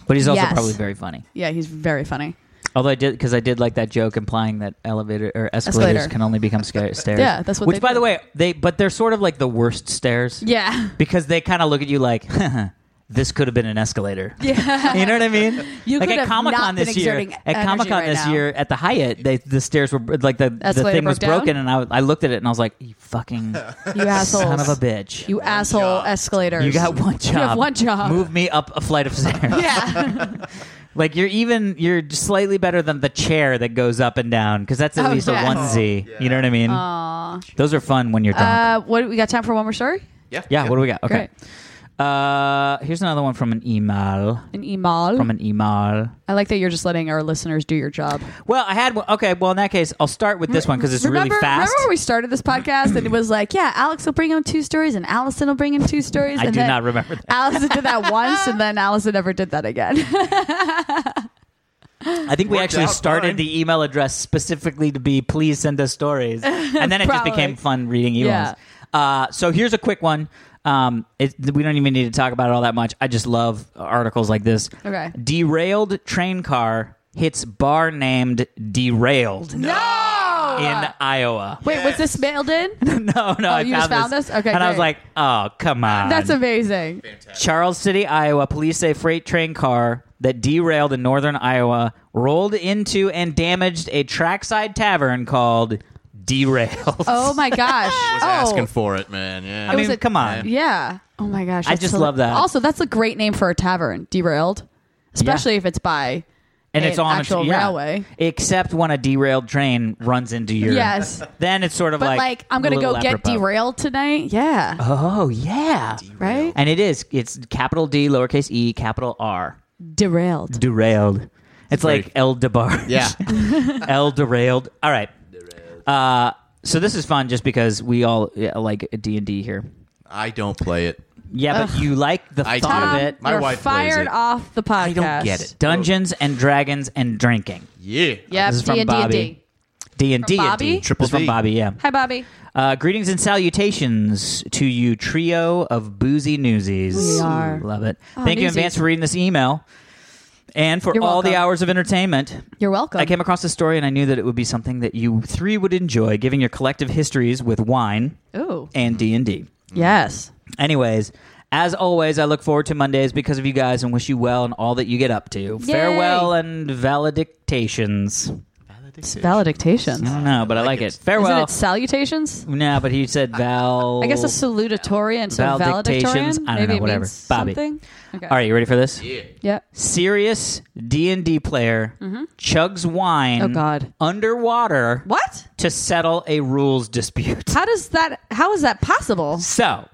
[SPEAKER 4] But he's also
[SPEAKER 3] Yes.
[SPEAKER 4] probably very funny.
[SPEAKER 3] yeah, he's very funny.
[SPEAKER 4] Although I did because I did like that joke implying that elevator or escalators
[SPEAKER 3] Escalator.
[SPEAKER 4] can only become sca- stairs.
[SPEAKER 3] Yeah, that's what
[SPEAKER 4] Which,
[SPEAKER 3] they
[SPEAKER 4] by
[SPEAKER 3] do.
[SPEAKER 4] the way, they but they're sort of like the worst stairs
[SPEAKER 3] Yeah,
[SPEAKER 4] because they kind of look at you like. This could have been an escalator. Yeah, you know what I mean.
[SPEAKER 3] You
[SPEAKER 4] like
[SPEAKER 3] could
[SPEAKER 4] at
[SPEAKER 3] have
[SPEAKER 4] Comic
[SPEAKER 3] not
[SPEAKER 4] Con
[SPEAKER 3] been
[SPEAKER 4] this year,
[SPEAKER 3] exerting
[SPEAKER 4] at
[SPEAKER 3] energy
[SPEAKER 4] Comic Con
[SPEAKER 3] right
[SPEAKER 4] this
[SPEAKER 3] now.
[SPEAKER 4] year, at the Hyatt, they, the stairs were like the the
[SPEAKER 3] Escalator
[SPEAKER 4] thing was
[SPEAKER 3] broke down?
[SPEAKER 4] broken, and I, I looked at it and I was like, "You fucking
[SPEAKER 3] you asshole,
[SPEAKER 4] son of a bitch!
[SPEAKER 3] you asshole
[SPEAKER 5] job.
[SPEAKER 3] escalators.
[SPEAKER 4] You got one job.
[SPEAKER 3] You have one job.
[SPEAKER 4] Move me up a flight of stairs.
[SPEAKER 3] Yeah,
[SPEAKER 4] Like you're even you're slightly better than the chair that goes up and down because that's at
[SPEAKER 3] Oh,
[SPEAKER 4] least
[SPEAKER 3] yeah.
[SPEAKER 4] a onesie. You know what I mean? Those are fun when you're drunk.
[SPEAKER 3] uh, what we got time for one more story?
[SPEAKER 5] Yeah.
[SPEAKER 4] yeah. What do we got? Okay. Uh, here's another one from an email.
[SPEAKER 3] An email.
[SPEAKER 4] From an email.
[SPEAKER 3] I like that you're just letting our listeners do your job.
[SPEAKER 4] Well, I had one. Okay. Well, in that case, I'll start with this one because it's
[SPEAKER 3] remember,
[SPEAKER 4] really fast.
[SPEAKER 3] Remember when we started this podcast and it was like, yeah, Alex will bring in two stories and Allison will bring in two stories.
[SPEAKER 4] I
[SPEAKER 3] and
[SPEAKER 4] do
[SPEAKER 3] then
[SPEAKER 4] not remember that.
[SPEAKER 3] Allison did that once and then Allison never did that again.
[SPEAKER 4] I think we
[SPEAKER 5] Worked
[SPEAKER 4] actually
[SPEAKER 5] out
[SPEAKER 4] started
[SPEAKER 5] fine.
[SPEAKER 4] the email address specifically to be please send us stories, and then it just
[SPEAKER 3] Probably.
[SPEAKER 4] became fun reading emails.
[SPEAKER 3] Yeah.
[SPEAKER 4] Uh, so here's a quick one. Um, it, we don't even need to talk about it all that much. I just love articles like this.
[SPEAKER 3] Okay.
[SPEAKER 4] Derailed train car hits bar named Derailed
[SPEAKER 3] no!
[SPEAKER 4] in Iowa.
[SPEAKER 3] Wait, was this mailed in?
[SPEAKER 4] No, no, I
[SPEAKER 3] Oh, you just found this? Okay,
[SPEAKER 4] and I was
[SPEAKER 3] great.
[SPEAKER 4] like, oh, come on.
[SPEAKER 3] That's amazing.
[SPEAKER 4] Charles City, Iowa, police say freight train car that derailed in northern Iowa rolled into and damaged a trackside tavern called Derailed.
[SPEAKER 3] Oh my gosh.
[SPEAKER 5] Was
[SPEAKER 3] oh,
[SPEAKER 5] asking for it, man. Yeah.
[SPEAKER 4] I mean,
[SPEAKER 3] was a-
[SPEAKER 4] come on.
[SPEAKER 3] yeah. Oh my gosh.
[SPEAKER 4] I
[SPEAKER 3] that's
[SPEAKER 4] just love that.
[SPEAKER 3] Also, that's a great name for a tavern, derailed, especially if it's by.
[SPEAKER 4] And it's
[SPEAKER 3] an
[SPEAKER 4] on
[SPEAKER 3] actual
[SPEAKER 4] a, yeah.
[SPEAKER 3] railway.
[SPEAKER 4] Except when a derailed train runs into your.
[SPEAKER 3] Yes.
[SPEAKER 4] Then it's sort of
[SPEAKER 3] But like,
[SPEAKER 4] like.
[SPEAKER 3] I'm going
[SPEAKER 4] a
[SPEAKER 3] to go
[SPEAKER 4] little
[SPEAKER 3] get
[SPEAKER 4] apropos.
[SPEAKER 3] derailed tonight. Yeah.
[SPEAKER 4] Oh, yeah.
[SPEAKER 3] right?
[SPEAKER 4] And it is. It's capital D, lowercase e, capital R.
[SPEAKER 3] Derailed.
[SPEAKER 4] Derailed. It's
[SPEAKER 5] Very-
[SPEAKER 4] like El Debar.
[SPEAKER 5] yeah.
[SPEAKER 4] L derailed. All right. Uh, so this is fun just because we all yeah, like D and D here.
[SPEAKER 5] I don't play it.
[SPEAKER 4] Yeah, but you like the
[SPEAKER 5] I
[SPEAKER 4] thought
[SPEAKER 5] do.
[SPEAKER 4] of it.
[SPEAKER 5] My
[SPEAKER 3] Um, you're
[SPEAKER 5] wife plays
[SPEAKER 3] fired
[SPEAKER 5] it.
[SPEAKER 3] off the podcast. I
[SPEAKER 5] don't get it.
[SPEAKER 4] Dungeons and Dragons and drinking.
[SPEAKER 5] Yeah.
[SPEAKER 3] Yep,
[SPEAKER 4] This is from
[SPEAKER 3] D and D and D.
[SPEAKER 4] Bobby. D and D.
[SPEAKER 3] Bobby?
[SPEAKER 5] Triple
[SPEAKER 4] Triple from
[SPEAKER 5] D.
[SPEAKER 4] Bobby. Yeah.
[SPEAKER 3] Hi, Bobby.
[SPEAKER 4] Uh, greetings and salutations to you, trio of boozy newsies.
[SPEAKER 3] We are. Oh,
[SPEAKER 4] love it. Thank you in
[SPEAKER 3] newsies.
[SPEAKER 4] advance for reading this email and for
[SPEAKER 3] You're
[SPEAKER 4] all the
[SPEAKER 3] welcome.
[SPEAKER 4] hours of entertainment.
[SPEAKER 3] You're welcome.
[SPEAKER 4] I came across this story and I knew that it would be something that you three would enjoy, giving your collective histories with wine
[SPEAKER 3] Ooh.
[SPEAKER 4] and D and D.
[SPEAKER 3] Yes.
[SPEAKER 4] Anyways, as always, I look forward to Mondays because of you guys and wish you well and all that you get up to. Farewell and valedictations.
[SPEAKER 3] It's valedictations.
[SPEAKER 4] I don't know, but I like, it. Farewell.
[SPEAKER 3] Isn't it salutations?
[SPEAKER 4] no, but he said val.
[SPEAKER 3] I guess a salutatory and so valedictorian.
[SPEAKER 4] Valedictations? I don't
[SPEAKER 3] Maybe
[SPEAKER 4] know,
[SPEAKER 3] it
[SPEAKER 4] whatever.
[SPEAKER 3] means
[SPEAKER 4] Bobby.
[SPEAKER 3] Something? Okay.
[SPEAKER 4] All right, you ready for this?
[SPEAKER 3] Yeah.
[SPEAKER 4] Serious D and D player chugs wine.
[SPEAKER 3] Mm-hmm. Oh, God.
[SPEAKER 4] Underwater.
[SPEAKER 3] What?
[SPEAKER 4] To settle a rules dispute.
[SPEAKER 3] How does that? How is that possible?
[SPEAKER 4] So,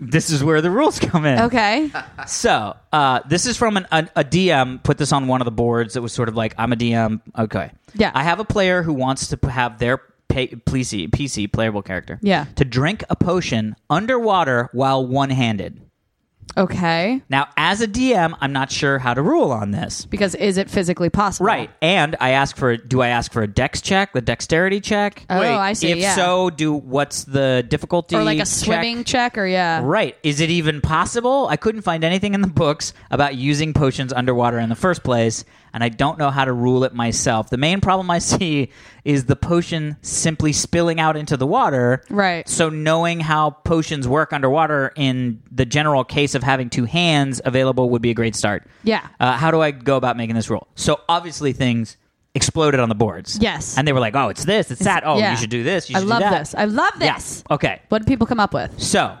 [SPEAKER 4] this is where the rules come in.
[SPEAKER 3] Okay.
[SPEAKER 4] So uh, this is from an, an, a DM. Put this on one of the boards that was sort of like, "I'm a DM." Okay.
[SPEAKER 3] Yeah.
[SPEAKER 4] I have a player who wants to p- have their pa PC, PC playable character.
[SPEAKER 3] Yeah.
[SPEAKER 4] To drink a potion underwater while one-handed.
[SPEAKER 3] Okay.
[SPEAKER 4] Now, as a DM, I'm not sure how to rule on this.
[SPEAKER 3] Because is it physically possible?
[SPEAKER 4] Right. And I ask for do I ask for a dex check, the dexterity check?
[SPEAKER 3] Oh,
[SPEAKER 5] Wait,
[SPEAKER 3] I see.
[SPEAKER 4] if
[SPEAKER 3] yeah.
[SPEAKER 4] so, do what's the difficulty?
[SPEAKER 3] or like a
[SPEAKER 4] check?
[SPEAKER 3] swimming check, or yeah.
[SPEAKER 4] Right. Is it even possible? I couldn't find anything in the books about using potions underwater in the first place, and I don't know how to rule it myself. The main problem I see is the potion simply spilling out into the water.
[SPEAKER 3] Right.
[SPEAKER 4] So knowing how potions work underwater in the general case of having two hands available would be a great start.
[SPEAKER 3] Yeah.
[SPEAKER 4] Uh, how do I go about making this rule? So obviously things exploded on the boards.
[SPEAKER 3] Yes.
[SPEAKER 4] And they were like, "Oh, it's this, it's, that. Oh,
[SPEAKER 3] yeah.
[SPEAKER 4] you should do this. You
[SPEAKER 3] I
[SPEAKER 4] should
[SPEAKER 3] love
[SPEAKER 4] do that."
[SPEAKER 3] this. I love
[SPEAKER 4] Yeah.
[SPEAKER 3] this.
[SPEAKER 4] Okay.
[SPEAKER 3] What did people come up with?
[SPEAKER 4] So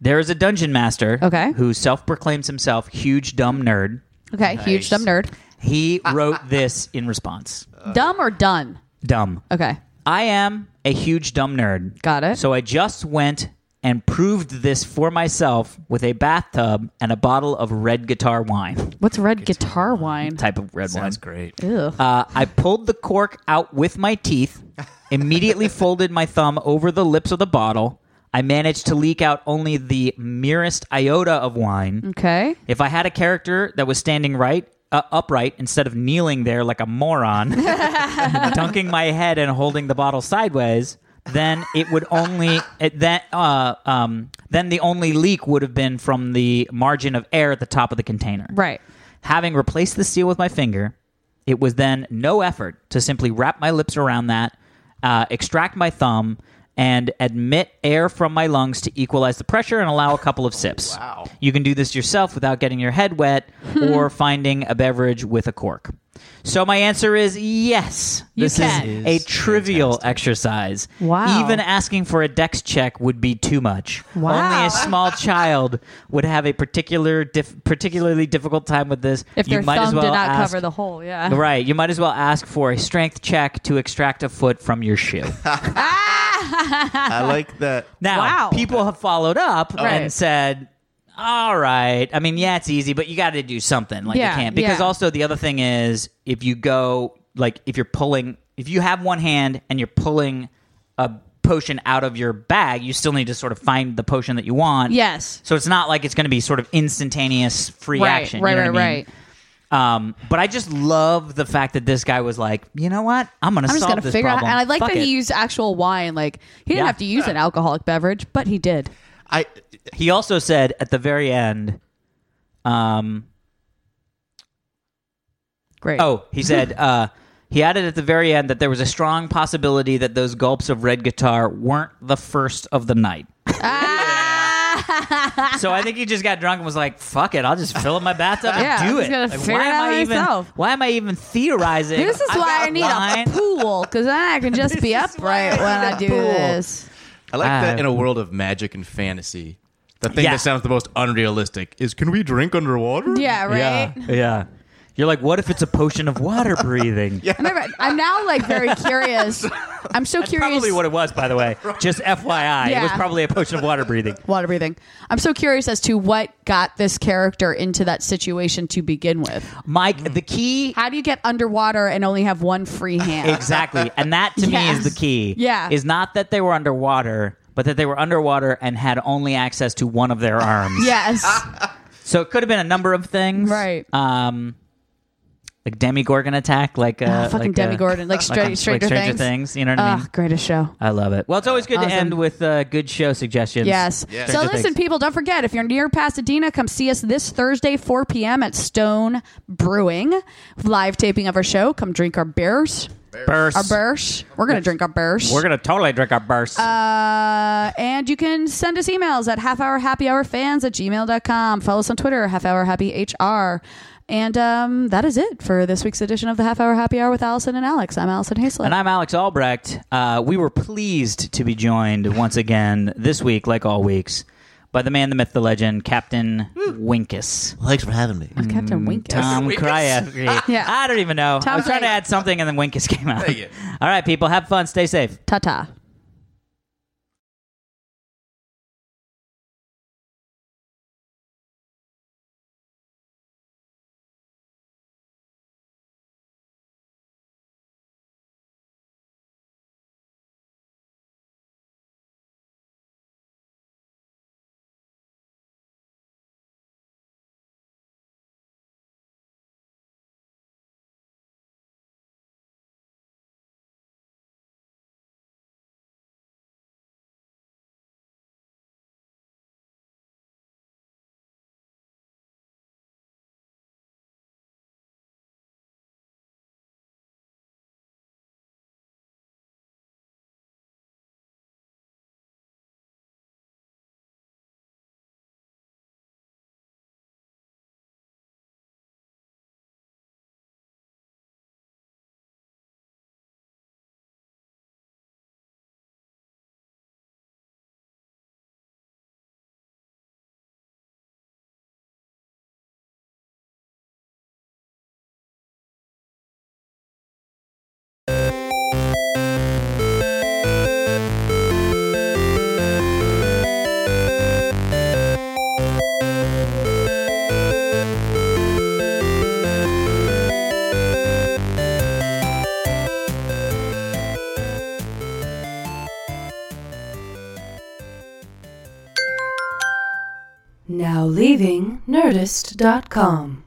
[SPEAKER 4] there is a dungeon master
[SPEAKER 3] Okay.
[SPEAKER 4] who self proclaims himself huge dumb nerd.
[SPEAKER 3] Okay. Huge dumb nerd.
[SPEAKER 4] He wrote this in response.
[SPEAKER 3] dumb or done?
[SPEAKER 4] Dumb.
[SPEAKER 3] Okay.
[SPEAKER 4] I am a huge dumb nerd.
[SPEAKER 3] Uh, Got it.
[SPEAKER 4] So I just went and proved this for myself with a bathtub and a bottle of red guitar wine.
[SPEAKER 3] What's red guitar, wine?
[SPEAKER 4] Type of red wine.
[SPEAKER 5] That's great.
[SPEAKER 3] Ugh.
[SPEAKER 4] Uh, I pulled the cork out with my teeth, immediately folded my thumb over the lips of the bottle, I managed to leak out only the merest iota of wine.
[SPEAKER 3] Okay.
[SPEAKER 4] If I had a character that was standing right, uh, upright instead of kneeling there like a moron, dunking my head and holding the bottle sideways, then it would only it, that uh, um, then the only leak would have been from the margin of air at the top of the container.
[SPEAKER 3] Right.
[SPEAKER 4] Having replaced the seal with my finger, it was then no effort to simply wrap my lips around that, uh, extract my thumb, and admit air from my lungs to equalize the pressure and allow a couple of sips. Wow. You can do this yourself without getting your head wet or finding a beverage with a cork. So my answer is yes.
[SPEAKER 3] You
[SPEAKER 4] this
[SPEAKER 3] can.
[SPEAKER 4] is
[SPEAKER 3] Is
[SPEAKER 4] a trivial exercise.
[SPEAKER 3] Wow.
[SPEAKER 4] Even asking for a dex check would be too much.
[SPEAKER 3] Wow.
[SPEAKER 4] Only a small child would have a particular dif- particularly difficult time with this.
[SPEAKER 3] If
[SPEAKER 4] you
[SPEAKER 3] their
[SPEAKER 4] might as
[SPEAKER 3] thumb
[SPEAKER 4] well
[SPEAKER 3] did not
[SPEAKER 4] ask-
[SPEAKER 3] cover the hole, yeah.
[SPEAKER 4] Right, you might as well ask for a strength check to extract a foot from your shoe.
[SPEAKER 5] I like that.
[SPEAKER 4] Now,
[SPEAKER 3] Wow.
[SPEAKER 4] people have followed up
[SPEAKER 3] Right.
[SPEAKER 4] and said, "All right, I mean, yeah, it's easy, but you got to do something. Like
[SPEAKER 3] Yeah,
[SPEAKER 4] you can't because
[SPEAKER 3] yeah.
[SPEAKER 4] also the other thing is if you go like if you're pulling if you have one hand and you're pulling a potion out of your bag, you still need to sort of find the potion that you want.
[SPEAKER 3] Yes.
[SPEAKER 4] So it's not like it's going to be sort of instantaneous free
[SPEAKER 3] Right,
[SPEAKER 4] action. you
[SPEAKER 3] right,
[SPEAKER 4] know what
[SPEAKER 3] right,
[SPEAKER 4] I mean?
[SPEAKER 3] right.
[SPEAKER 4] Um, but I just love the fact that this guy was like, you know what? I'm gonna
[SPEAKER 3] I'm just
[SPEAKER 4] solve
[SPEAKER 3] gonna
[SPEAKER 4] this
[SPEAKER 3] figure out.
[SPEAKER 4] problem.
[SPEAKER 3] And I like
[SPEAKER 4] Fuck
[SPEAKER 3] that
[SPEAKER 4] it.
[SPEAKER 3] he used actual wine. Like he didn't
[SPEAKER 4] Yeah.
[SPEAKER 3] have to use an alcoholic beverage, but he did.
[SPEAKER 5] I
[SPEAKER 4] He also said at the very end, um,
[SPEAKER 3] Great.
[SPEAKER 4] oh, he said, uh, he added at the very end that there was a strong possibility that those gulps of red guitar weren't the first of the night.
[SPEAKER 3] Ah.
[SPEAKER 4] so I think he just got drunk and was like, "Fuck it, I'll just fill up my bathtub
[SPEAKER 3] Yeah,
[SPEAKER 4] and
[SPEAKER 3] I'm
[SPEAKER 4] do
[SPEAKER 3] just
[SPEAKER 4] it."
[SPEAKER 3] gonna
[SPEAKER 4] Like,
[SPEAKER 3] figure
[SPEAKER 4] why
[SPEAKER 3] it
[SPEAKER 4] am
[SPEAKER 3] out
[SPEAKER 4] I even?
[SPEAKER 3] myself.
[SPEAKER 4] Why am I even theorizing?
[SPEAKER 3] This is
[SPEAKER 4] I've
[SPEAKER 3] why
[SPEAKER 4] got
[SPEAKER 3] I need
[SPEAKER 4] wine.
[SPEAKER 3] a pool, because then I can just be upright when I do this.
[SPEAKER 5] I like
[SPEAKER 4] Um,
[SPEAKER 5] that in a world of magic and fantasy. The thing
[SPEAKER 4] Yeah.
[SPEAKER 5] that sounds the most unrealistic is can we drink underwater?
[SPEAKER 3] Yeah, right.
[SPEAKER 4] Yeah, yeah. You're like, what if it's a potion of water breathing? yeah,
[SPEAKER 3] I remember, I'm now like very curious. I'm so curious.
[SPEAKER 4] probably what it was, by the way. Just FYI, it was
[SPEAKER 3] Yeah.
[SPEAKER 4] probably a potion of water breathing.
[SPEAKER 3] water breathing. I'm so curious as to what got this character into that situation to begin with.
[SPEAKER 4] Mike, the key
[SPEAKER 3] How do you get underwater and only have one free hand?
[SPEAKER 4] exactly, and that to me
[SPEAKER 3] Yes.
[SPEAKER 4] is the key.
[SPEAKER 3] Yeah.
[SPEAKER 4] is not that they were underwater, but that they were underwater and had only access to one of their arms.
[SPEAKER 3] Yes.
[SPEAKER 4] Uh, So it could have been a number of things,
[SPEAKER 3] Right.
[SPEAKER 4] Um, like demigorgon attack, like uh,
[SPEAKER 3] Oh, fucking
[SPEAKER 4] like, uh,
[SPEAKER 3] Demigorgon, like Stra-
[SPEAKER 4] on-
[SPEAKER 3] Stranger
[SPEAKER 4] Stranger
[SPEAKER 3] Things.
[SPEAKER 4] Things. You know what I mean?
[SPEAKER 3] Ah, greatest show.
[SPEAKER 4] I love it. Well, it's always good
[SPEAKER 3] Awesome.
[SPEAKER 4] to end with uh, good show suggestions.
[SPEAKER 3] Yes.
[SPEAKER 5] Yes.
[SPEAKER 3] So
[SPEAKER 5] Stranger
[SPEAKER 3] listen, people, don't forget if you're near Pasadena, come see us this Thursday, 4 p.m. at Stone Brewing, live taping of our show. Come drink our beers,
[SPEAKER 4] burst.
[SPEAKER 3] our beers. We're gonna drink our beers.
[SPEAKER 4] We're gonna totally drink our burst.
[SPEAKER 3] Uh, and you can send us emails at half hour happy hour fans at gmail.com. Follow us on Twitter, half hour happy HR. And um, that is it for this week's edition of the half hour happy hour with Allison and Alex. I'm Allison Haslett.
[SPEAKER 4] And I'm Alex Albrecht. Uh, we were pleased to be joined once again this week, like all weeks, by the man, the myth, the legend, Captain Winkus.
[SPEAKER 5] Thanks for having me.
[SPEAKER 4] Mm,
[SPEAKER 3] Captain Winkus.
[SPEAKER 4] Tom Kryak.
[SPEAKER 3] Yeah.
[SPEAKER 4] I don't even know. I was trying to
[SPEAKER 3] Kryak.
[SPEAKER 4] add something and then Winkus came out.
[SPEAKER 5] Thank you.
[SPEAKER 4] All right, people, have fun. Stay safe.
[SPEAKER 3] Ta ta.
[SPEAKER 2] Now leaving Nerdist.com.